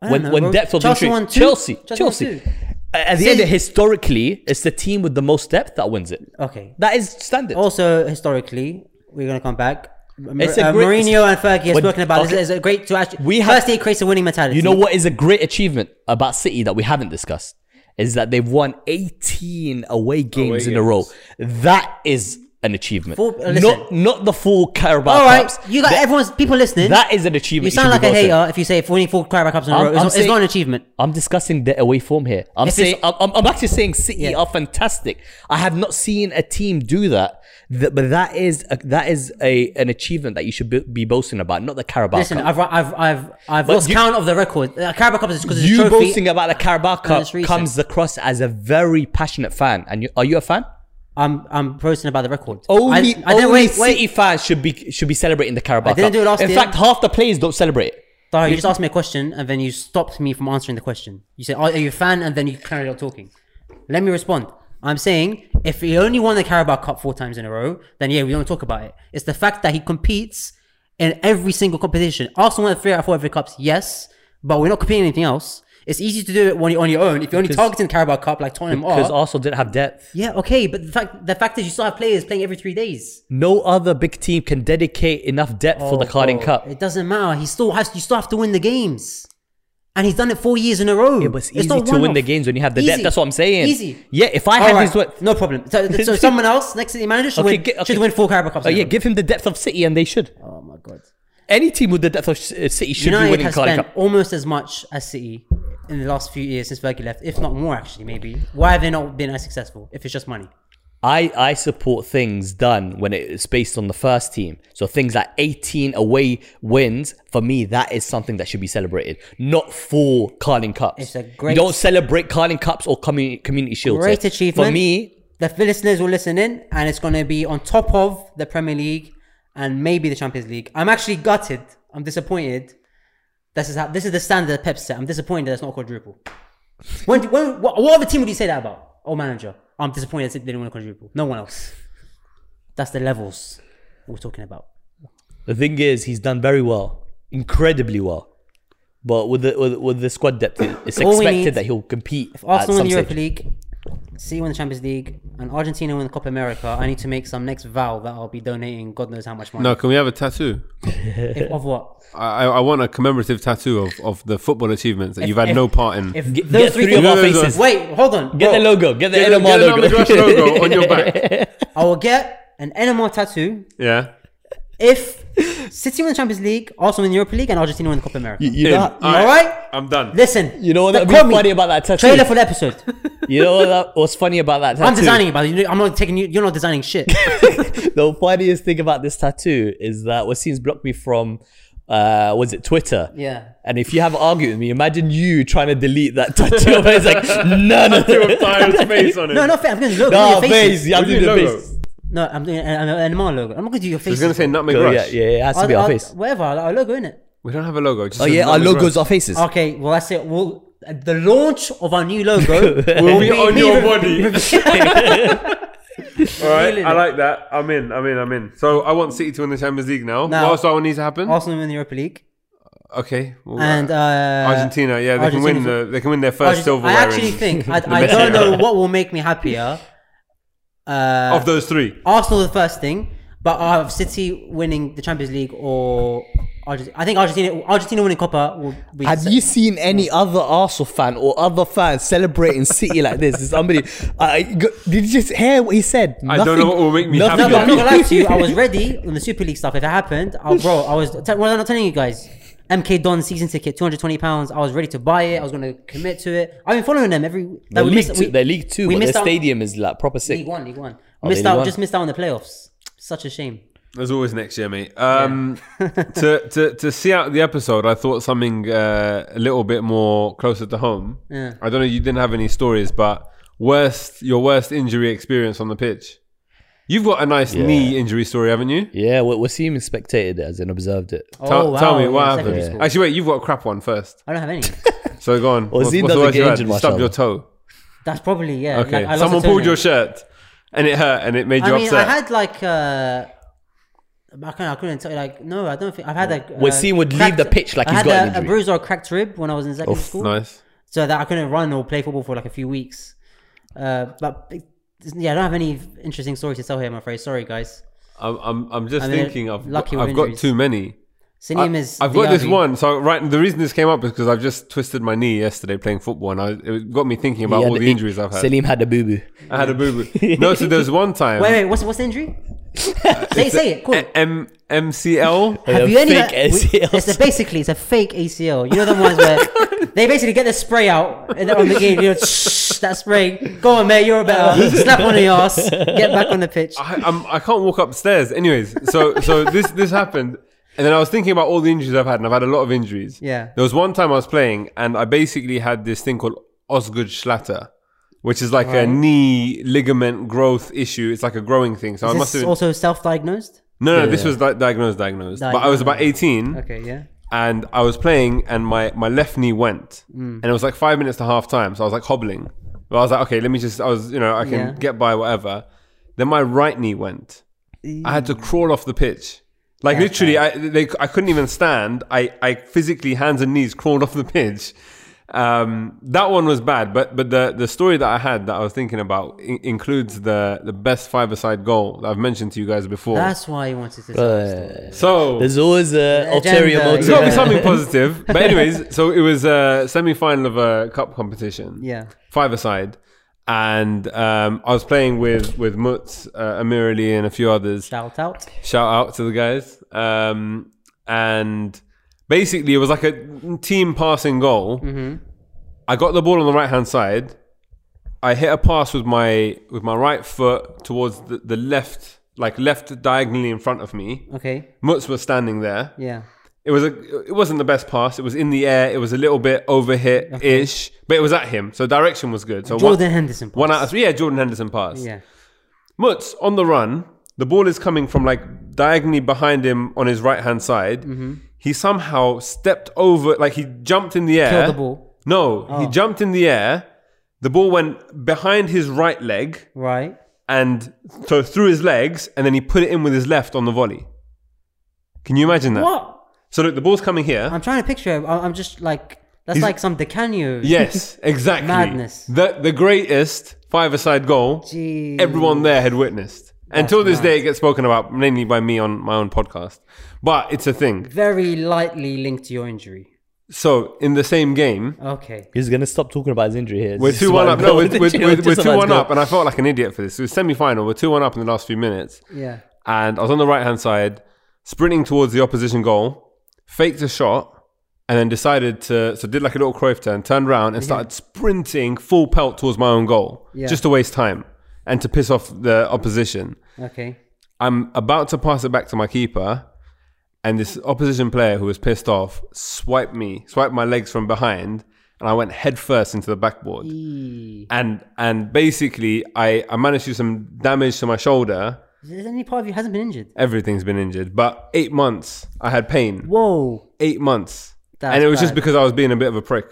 don't When, know, when bro. depth of Chelsea injury, won two? Chelsea, Chelsea won Chelsea. two. A- At the See- end, historically, it's the team with the most depth that wins it. okay. That is standard. Also, historically, we're gonna come back. It's It's a uh, great- Mourinho and Fergie have But- spoken about. okay. It's, it's great to actually. We We have- have, firstly, it creates a winning mentality. you know what is a great achievement about City that we haven't discussed is that they've won 18 away games in a games. row. That is an achievement. Full- uh, listen. not not the full Carabao All right, Cups. you got That- everyone's people listening. that is an you achievement. sound should like be a voted. hater if you say if winning four Carabao Cups in a I'm- row. It's, I'm not- it's saying- not an achievement. I'm discussing their away form here. I'm If it's- saying I'm, I'm, I'm actually saying City Yeah. are fantastic. I have not seen a team do that. Th- but that is a, that is a an achievement that you should be, be boasting about, not the Carabao Listen, Cup. I've I've I've I've But lost you- count of the record. Uh, Carabao Cup is because it's a you trophy. boasting about the Carabao Cup it's recent. comes across as a very passionate fan. And you, are you a fan? I'm I'm boasting about the record. Only, I, I didn't only wait. wait. City fans should be should be celebrating the Carabao I didn't Cup. do it last In year. fact, half the players don't celebrate. it. Sorry, you just asked me a question and then you stopped me from answering the question. You said, "Are are you a fan?" and then you carried on talking. Let me respond. I'm saying if he only won the Carabao Cup four times in a row, then yeah, we don't talk about it. It's the fact that he competes in every single competition. Arsenal won three out of four FA Cups, yes, but we're not competing in anything else. It's easy to do it when you're on your own. If you're only targeting Carabao Cup like Tottenham Because are, Arsenal didn't have depth. yeah, okay. But the fact the fact is, you still have players playing every three days. No other big team can dedicate enough depth for the Oh, Carling bro, Cup. It doesn't matter. He still has. You still have to win the games. and he's done it four years in a row. It was easy to win the games when you have the depth. Easy. That's what I'm saying. Easy. Yeah, if I All had right, these. What, no problem. So, so someone else next city manager should, Okay, win, get- okay. should win four Carabao Cups. oh, in a yeah, row. give him the depth of City, and they should. oh my god. Any team with the depth of uh, City should be United winning has Carling spent Cup. almost as much as City in the last few years since Fergie left, if not more actually. Maybe why have they not been as successful? If it's just money, I, I support things done when it's based on the first team. So things like 18 away wins, for me, that is something that should be celebrated, not four Carling Cups. It's a great- you don't celebrate Carling Cups or community, community Shields. So Great achievement. For me, the listeners will listen in, and it's going to be on top of the Premier League and maybe the Champions League. I'm actually gutted. I'm disappointed. This is how this is the standard Pep set. I'm disappointed that's not quadruple. When, do- when what, what other team would you say that about? Oh, manager, I'm disappointed they didn't win a quadruple. No one else. That's the levels we're talking about. the thing is, he's done very well, incredibly well. But with the, with, with the squad depth, it's All we expected need- that he'll compete. If Arsenal at win some the Europa stage. League, City win the Champions League, and Argentina win the Copa America. I need to make some next vow that I'll be donating God knows how much money. No, can we have a tattoo? If, of what? I, I I want a commemorative tattoo of, of the football achievements that you've had no part in. If Get- those get three, three of things- our faces. Wait, hold on. Get bro. the logo. Get the Get a- NMR get a logo. Namadrush logo on your back. I will get an Enema tattoo Yeah. if City win the Champions League, Arsenal win the Europa League, and Argentina win the Copa America. You In. know, All right. Alright? I'm done. Listen, you know what the- that'd be quote me. funny about that tattoo? Trailer for the episode. You know what that, what's funny about that tattoo? I'm designing it, by the way. I'm not taking you. You're not designing shit. The funniest thing about this tattoo is that Wasim's blocked me from, uh, was it Twitter? Yeah. And if you have an argument with me, imagine you trying to delete that tattoo. and it's like, no, no, Tattoo no. of Dyer's face on it. No, not fair. I'm going to logo. Nah, No, your faces. face. Yeah, I'm What do you doing the logo? face. No, I'm doing an, an Enema logo. I'm not going to do your I was face. going to say Nutmeg So, Rush. yeah, yeah, it has to I'll- be our I'll- face. Whatever, our our logo in it. We don't have a logo. it just Oh, says yeah, our Nutmeg Rush. logo's our faces. Okay, well that's it. We'll, the launch of our new logo will be on me your re- body. All right, Really? I like that. I'm in. I'm in. I'm in. So I want City to win the Champions League now. Now- what else do I want need to happen? Arsenal win the Europa League okay. well, and uh, Argentina. Yeah, they can win. Argentina- The, they can win their first Argent- silverware. I actually in- think I, the I Messi don't know era. what will make me happier. Uh, of those three. Arsenal the first thing, but of City winning the Champions League or Argentina. I think Argentina Argentina winning Copa will be. Have you seen any other Arsenal fan or other fans celebrating City like this? It's unbelievable. I, go- did you just hear what he said? I don't know what will make me nothing no, happy. but I'm not got gonna lie me. to you. I was ready on the Super League stuff. If it happened, oh, bro, I was. T- what am I not telling you guys? MK Don season ticket, two hundred twenty pounds. I was ready to buy it. I was going to commit to it. I've been following them every. The we league, missed- two, their league two, we but missed their out- stadium is like proper sick. League One, League One. Oh, missed League out, One. just missed out on the playoffs. Such a shame. There's always next year, mate. Um, to, to to see out the episode, I thought something uh, a little bit more closer to home. Yeah. I don't know. You didn't have any stories, but worst your worst injury experience on the pitch. You've got a nice knee injury story, haven't you? Yeah, we Wasim spectated it as in observed it. Tell, tell me what happened. yeah, Oh, secondary school. Actually, wait. You've got a crap one first. I don't have any. So go on. Ozil the doesn't worst get you had? You injured much, stubbed though. your toe. That's probably yeah. Okay. like, I lost Someone a pulled your toenail. shirt, and it hurt, and it made I you mean, upset. I had like. Uh, I, can't, I couldn't tell you, like, no, I don't think I've had a. Uh, Wasim would leave cracked- the pitch like I he's had got a, an injury. a bruise or a cracked rib when I was in secondary Oof, school, nice. so that I couldn't run or play football for like a few weeks. Uh, but yeah, I don't have any interesting stories to tell here. I'm afraid. Sorry, guys. I'm I'm, I'm just I mean, thinking. I've lucky with I've got injuries. too many. Sinim I- is. I've got this Diaby. one. So right, the reason this came up is because I've just twisted my knee yesterday playing football, and I, it got me thinking about He had all a- the injuries I've had. Salim had a boo boo. I had a boo boo. no, so there's one time. Wait, wait. What's what's the injury? say say it. Cool. M MCL. Have a you any? fake we- ACL. It's a, basically it's a fake ACL. You know the ones where they basically get the spray out and they're on the game. You know, shh, that spray. Go on, mate. You're a better. Snap on the ass. Get back on the pitch. I, I'm, I can't walk upstairs. Anyways, so so this this happened, and then I was thinking about all the injuries I've had, and I've had a lot of injuries. Yeah. There was one time I was playing, and I basically had this thing called Osgood Schlatter, which is like a knee ligament growth issue. It's like a growing thing. So I Is must this have. also self-diagnosed? no, no, this was di- diagnosed, diagnosed. But I was about 18. Okay, yeah. and I was playing, and my my left knee went, Mm. and it was like five minutes to half time, so I was like hobbling. But I was like, okay, let me just, I was, you know, I can Yeah. get by, whatever. Then my right knee went. I had to crawl off the pitch, like literally, I they, I couldn't even stand. I I physically hands and knees crawled off the pitch. Um, that one was bad, but but the the story that I had that I was thinking about in- includes the the best five side goal that I've mentioned to you guys before. That's why he wanted to tell the story. so There's always a Agenda, ulterior yeah. motive. It's got to be something positive. But anyways, so it was a semi-final of a cup competition. Yeah. Five aside. And um, I was playing with with Mutz, uh, Amir Ali, and a few others. Shout out. Shout out to the guys. Um, and basically, it was like a team passing goal. Mm-hmm. I got the ball on the right hand side. I hit a pass with my with my right foot towards the, the left, like left diagonally in front of me. Okay. Mutz was standing there Yeah. it was a it wasn't the best pass. It was in the air. It was a little bit overhit ish, but it was at him. So direction was good. So Jordan Henderson. one, one pass. out of three. Yeah, Jordan Henderson pass. Yeah. Mutz on the run. The ball is coming from like diagonally behind him on his right hand side. Mm-hmm. He somehow stepped over, like he jumped in the air. Killed the ball. Oh. No, he jumped in the air. The ball went behind his right leg Right. and so through his legs, and then he put it in with his left on the volley. Can you imagine that? What? So look, the ball's coming here. I'm trying to picture him. I- I'm just like, that's He's- like some Decanio. Yes, exactly. Madness. The the greatest five-a-side goal Jeez. everyone there had witnessed. Until this day, it gets spoken about mainly by me on my own podcast, but it's a thing. Very lightly linked to your injury. So in the same game, Okay. He's gonna stop talking about his injury here. we're This is two one why up. I'm No, going we're, we're, to jail. we're, Just we're about two to one go. up, and I felt like an idiot for this. It was semi-final. We're two one up in the last few minutes, Yeah. and I was on the right-hand side, sprinting towards the opposition goal, faked a shot. And then decided to, so did like a little Cruyff turn, turned around and started sprinting full pelt towards my own goal, Yeah. just to waste time and to piss off the opposition. Okay. I'm about to pass it back to my keeper, and this opposition player who was pissed off swiped me, swiped my legs from behind, and I went head first into the backboard. Eee. And and basically, I, I managed to do some damage to my shoulder. Is there any part of you hasn't been injured? Everything's been injured, but eight months I had pain. Whoa. Eight months, That's and it was just bad. because I was being a bit of a prick.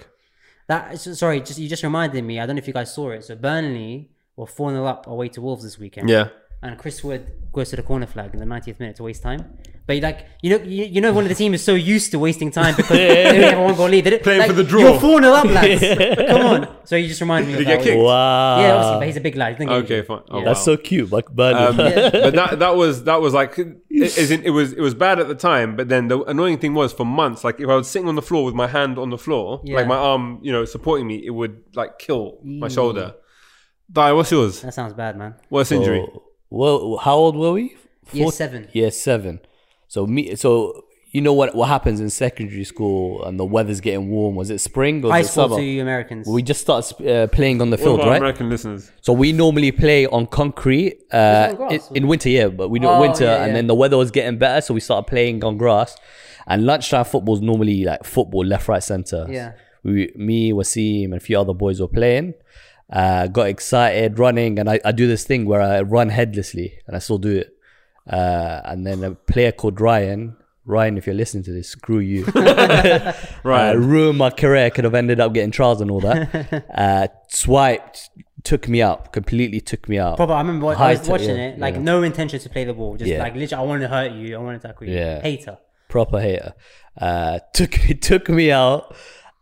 That so- sorry, just you just reminded me. I don't know if you guys saw it. So Burnley were 4 0 up away to Wolves this weekend. Yeah, And Chris Wood goes to the corner flag in the 90th minute to waste time. But like you know, you, you know, one of the team is so used to wasting time because they only have a one goal lead. They didn't- Playing like, for the draw. You're 4 0 up, lads. Come on. So you just reminded me. Did of he that get kicked? Wow. Yeah, obviously, but he's a big lad. He didn't get Okay, injured. fine. Oh, wow. Yeah. That's so cute, like Bernard. Um, but that that was that was like it, as in, it was it was bad at the time. But then the annoying thing was for months, like if I was sitting on the floor with my hand on the floor, Yeah. like my arm, you know, supporting me, it would like kill my shoulder. Di, what's yours? That sounds bad, man. Worst Oh. injury? So, well, how old were we? Year Four- seven. Year seven. So me. So you know what what happens in secondary school and the weather's getting warm. Was it spring or High was it school summer? to you Americans. We just start sp- uh, playing on the All field, of our right? American listeners. So we normally play on concrete uh, on grass, in, or- in winter, yeah, but we do Oh, it winter, yeah, yeah. and then the weather was getting better, so we started playing on grass. And lunchtime football's normally like football, left, right, center. Yeah. We, me, Wasim, and a few other boys were playing. Uh, got excited, running, and I, I do this thing where I run headlessly, and I still do it. Uh, and then a player called Ryan, Ryan, if you're listening to this, screw you. Right. uh, ruined my career. Could have ended up getting trials and all that. uh, swiped, took me up, completely took me up. Proper, I remember wa- I Height, was watching yeah, it, like yeah. no intention to play the ball, just Yeah. like literally, I wanted to hurt you, I wanted to tackle you. Yeah. Hater. Proper hater. Uh, took me, took me out.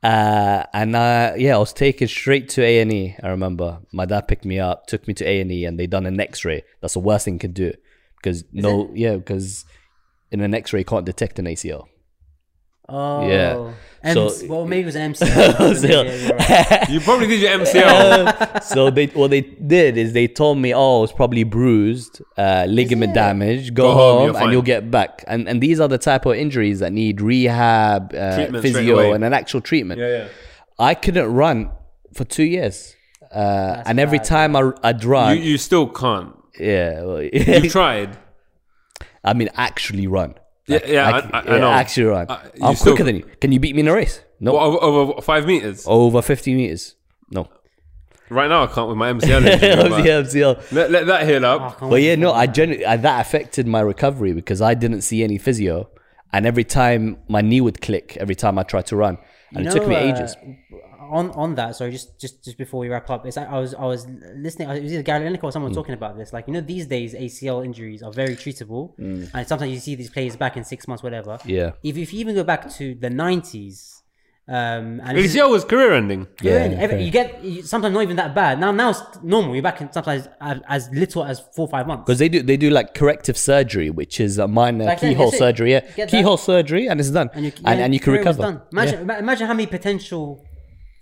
Uh, and I, yeah, I was taken straight to A and E. I remember my dad picked me up, took me to A and E, and they done an X ray. That's the worst thing you can do because no, yeah, because in an X ray you can't detect an ACL. Oh. Yeah. MC, So- well, maybe it was MC. So- You probably did your MCL. so they what they did is they told me, oh, it's probably bruised, uh, ligament damage. Go, Go home, home, you're and fine. you'll get back. And and these are the type of injuries that need rehab, uh, Treatment straight physio, away. and an actual treatment. yeah, yeah. I couldn't run for two years, uh, and every time I I'd run, You you still can't. yeah, well, You tried. I mean actually run. Yeah, yeah, I, Like, I, I yeah, know. actually run. Uh, you I'm still- quicker than you. Can you beat me in a race? No, What, over, over five meters. over 50 meters. No, Right now, I can't with my MCL. injury, but MCL, MCL. Let, let that heal up. Oh, But yeah, no, I genu- I that affected my recovery because I didn't see any physio, and every time my knee would click every time I tried to run, and it took me ages. uh, On on that, sorry, just just just before we wrap up, it's like I was I was listening. It was either Gary Lineker or Hmm. someone talking about this. Like you know, these days ACL injuries are very treatable, and sometimes you see these players back in six months, whatever. Hmm. Yeah. If if you even go back to the nineties, Um, and it's- It's Yo's career ending. you're in. Yeah, Every- fair. you get you, sometimes not even that bad. Now now it's normal. You're back in sometimes as, as little as four five months. Because they do they do like corrective surgery, which is a minor Like, yeah, keyhole that's it. surgery. Yeah, Get keyhole surgery, and it's done, and you, your- and, yeah, you can career was recover. done. Imagine, ima- imagine how many potential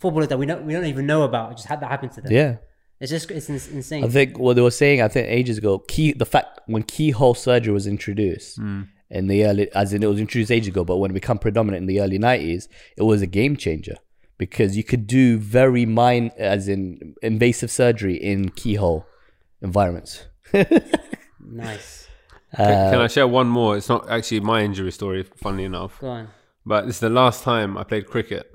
footballers that we don't we don't even know about just had that happen to them. yeah. It's just it's ins- insane. I think what they were saying, I think ages ago, key the fact when keyhole surgery was introduced Hmm. in the early, as in it was introduced ages ago, but when it became predominant in the early nineties, it was a game changer because you could do very mine as in invasive surgery in keyhole environments. nice. Uh, Can- Can I share one more? It's not actually my injury story, funnily enough. Go on. But this is the last time I played cricket.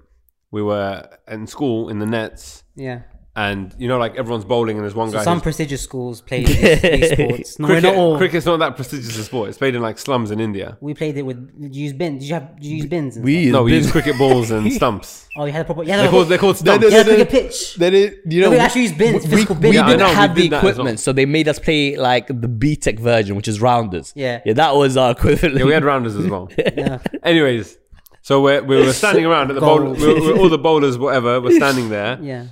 We were in school in the nets, Yeah. and you know, like everyone's bowling, and there's one So guy. some who's- prestigious schools play these, these sports. No, we're cricket, not all. cricket's not that prestigious a sport. It's played in like slums in India. We played it with. Did you use bins? Did you have? Did you use bins? and We No, we use cricket balls and stumps. stuff? Oh, you had a proper. Yeah, They're called, they're called stumps. no, You had a no, cricket pitch. They did, you know, we actually use bins, physical bins. We Yeah, I didn't know, we have did the that as well. equipment, so they made us play like the B Tech version, which is rounders. Yeah. yeah, that was our equivalent. Yeah, we had rounders as well. Yeah. Anyways, so we're, we were standing around at the bowl. Goals. We were, we were- all the bowlers, whatever, were standing there. Yeah.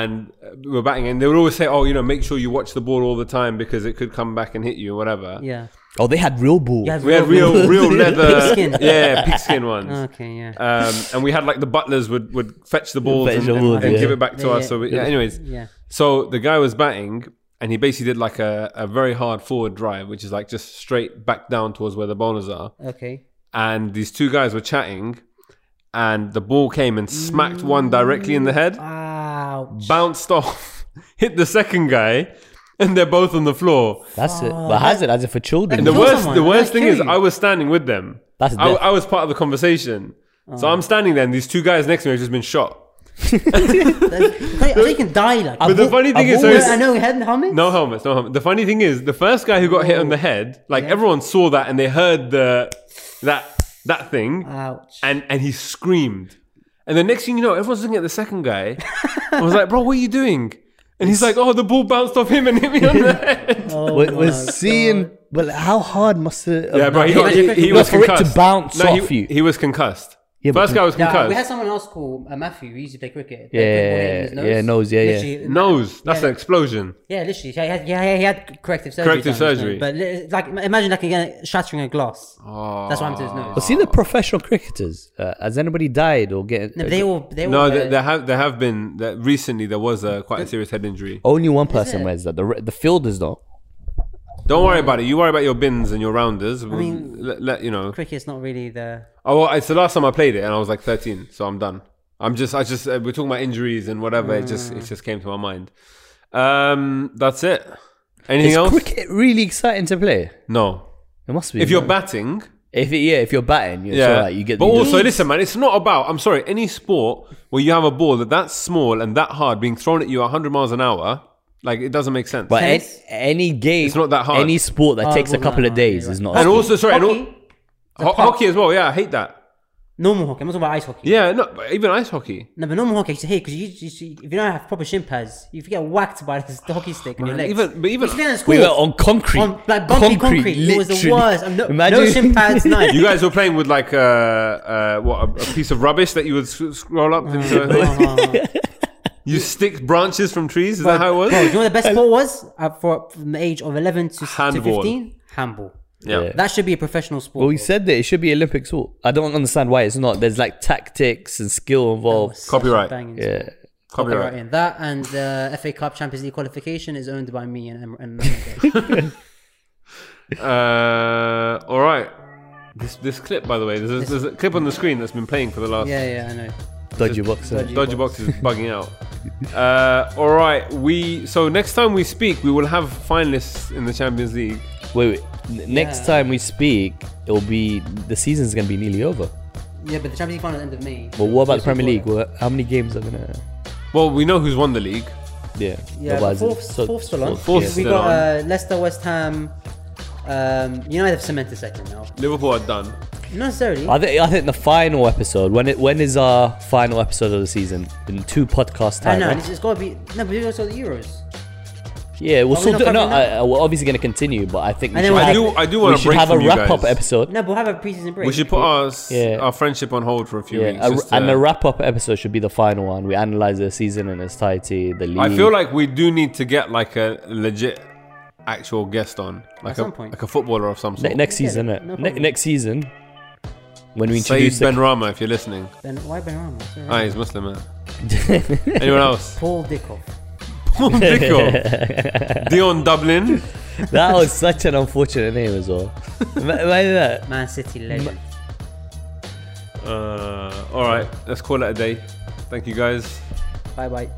and uh, we were batting, and they would always say, "Oh, you know, make sure you watch the ball all the time because it could come back and hit you, or whatever." Yeah. oh, they had real ball. You had We had real, real leather, Pigskin. yeah, pigskin ones. Okay. Yeah. Um, and we had like the butlers would, would fetch the balls Fetch and, the and- balls, and yeah. give it back to Yeah, us. yeah. So we, yeah, anyways, Yeah. so the guy was batting, and he basically did like a, a very hard forward drive, which is like just straight back down towards where the bowlers are. Okay. And these two guys were chatting, and the ball came and smacked one directly in the head. Wow. bounced off, hit the second guy, and they're both on the floor. That's it. But has it as it for children? And the Kill worst, someone. the worst Yeah, thing kill is, you. I was standing with them. That's I, death. I was part of the conversation, so I'm standing there, and these two guys next to me have just been shot. I think you can die like. But the funny thing I've is, so always- it's- I know head and helmet. no helmets, no helmets. The funny thing is, the first guy who got hit on the head, like everyone saw that, and they heard the that that thing, Ouch. and and he screamed. And the next thing you know, everyone's looking at the second guy. I was like, "Bro, what are you doing?" And he's like, "Oh, the ball bounced off him and hit me on the head." Oh We're, my we're God. seeing. Well, how hard must it? Yeah, but he, no, got, he, he- he no, was for it to concussed. bounce no, he, off you. He was concussed. Yeah, but First guy was Yeah, we had concussed. someone else called uh, Matthew. He used to play cricket. Yeah, yeah, yeah, nose, yeah, yeah. yeah. Nose. That's Yeah. an explosion. Yeah, literally. He had, yeah, yeah, he had corrective surgery. Corrective done, surgery. But li- like, imagine like again shattering a glass. Oh. That's what happened to his nose. But see the professional cricketers. Uh, has anybody died or get? No, but they all, they all. No, uh, there, there have there have been that recently there was a quite a serious head injury. only one person it? wears that. The re- the fielders though. Don't worry about it. You worry about your bins and your rounders. I mean- let, let- you know. cricket's not really the. Oh, well, it's the last time I played it, and I was like 13, so I'm done. I'm just, I just, uh, we're talking about injuries and whatever. It just, it just came to my mind. Um, that's it. Anything Is else? cricket really exciting to play? No. It must be. If you're man. batting, if it, yeah, if you're batting, yeah, Yeah, you get. But you also, get- listen, man, it's not about. I'm sorry, any sport where you have a ball that that's small and that hard being thrown at you 100 miles an hour, like it doesn't make sense. but any, tennis- any game, It's not that hard. Any sport that Oh, takes a well, no, couple of no, days you're is right. not. a and sport. also, sorry, and all- Hockey, ho- hockey as well. Yeah, I hate that. normal hockey. I'm not talking about ice hockey. Yeah, no, but even ice hockey. No, but normal hockey. You hate because you, you, you, if you don't have proper shin pads, you get whacked by this hockey stick on your Man, legs. even- but even- If you're in we school, were on concrete, on like bumpy concrete. It was the literally. worst. Um, no, Imagine- no shin pads, none. You guys were playing with like uh, uh, what a, a piece of rubbish that you would sc- scroll up. into Mm. a thing. You stick branches from trees. Is that how it was? Bro, you know what the best sport was uh, for from the age of 11 to, to Handball. 15? Handball. Yeah. That should be a professional sport. Well, we said that it should be Olympic sport. I don't understand why it's not. There's like tactics and skill bro. involved. Such a Copyright. banging sport. Yeah. Copyright. Copyright. That and uh, the FA Cup Champions League qualification is owned by me and, Em- and Emre. Uh, all right. This this clip, by the way, there's a, there's a clip on the screen that's been playing for the last Yeah, yeah, I know. Dodgy boxer. dodgy. Dodger box is bugging out. Uh, all right, we so next time we speak, we will have finalists in the Champions League. Wait, wait. N- Next Yeah. time we speak, it'll be the season's gonna be nearly over. Yeah, but the Champions League final end of May. But what about the Before Premier League? that. Well, how many games are gonna? Well, we know who's won the league. Yeah. Yeah, but Otherwise fourth, it's so- fourth still on. Fourth we still got on. uh, Leicester, West Ham, um, United have cemented second now. Liverpool are done. Not necessarily. I think I think the final episode. When it when is our final episode of the season? In two podcast I time. know, right? and it's, it's got to be. No, but we also got the Euros. Yeah, Are we we'll still not do. No, covering that? I, I- we're obviously going to continue, but I think we And should then I have, do. I do we want to should break have a from you wrap up guys. episode. No, but we'll have a preseason break. We should put our s- Yeah. our friendship on hold for a few Yeah, weeks. a, just uh, to- and the wrap up episode should be the final one. We analyze the season and its entirety, the league. I feel like we do need to get like a legit actual guest on, like some a point. like a footballer of some sort. Ne- next Yeah, season, no it ne- problem. next season when we Say introduce Ben the, Rama if you're listening. Then why Ben Rama? It's all right. Ah, he's Muslim, man. Anyone else? Paul Dickoff. Paul Dicko. Dion Dublin. that was such an unfortunate name as well. Ima- Imagine that. Man City legend. Uh, all right, let's call it a day. Thank you guys. Bye bye.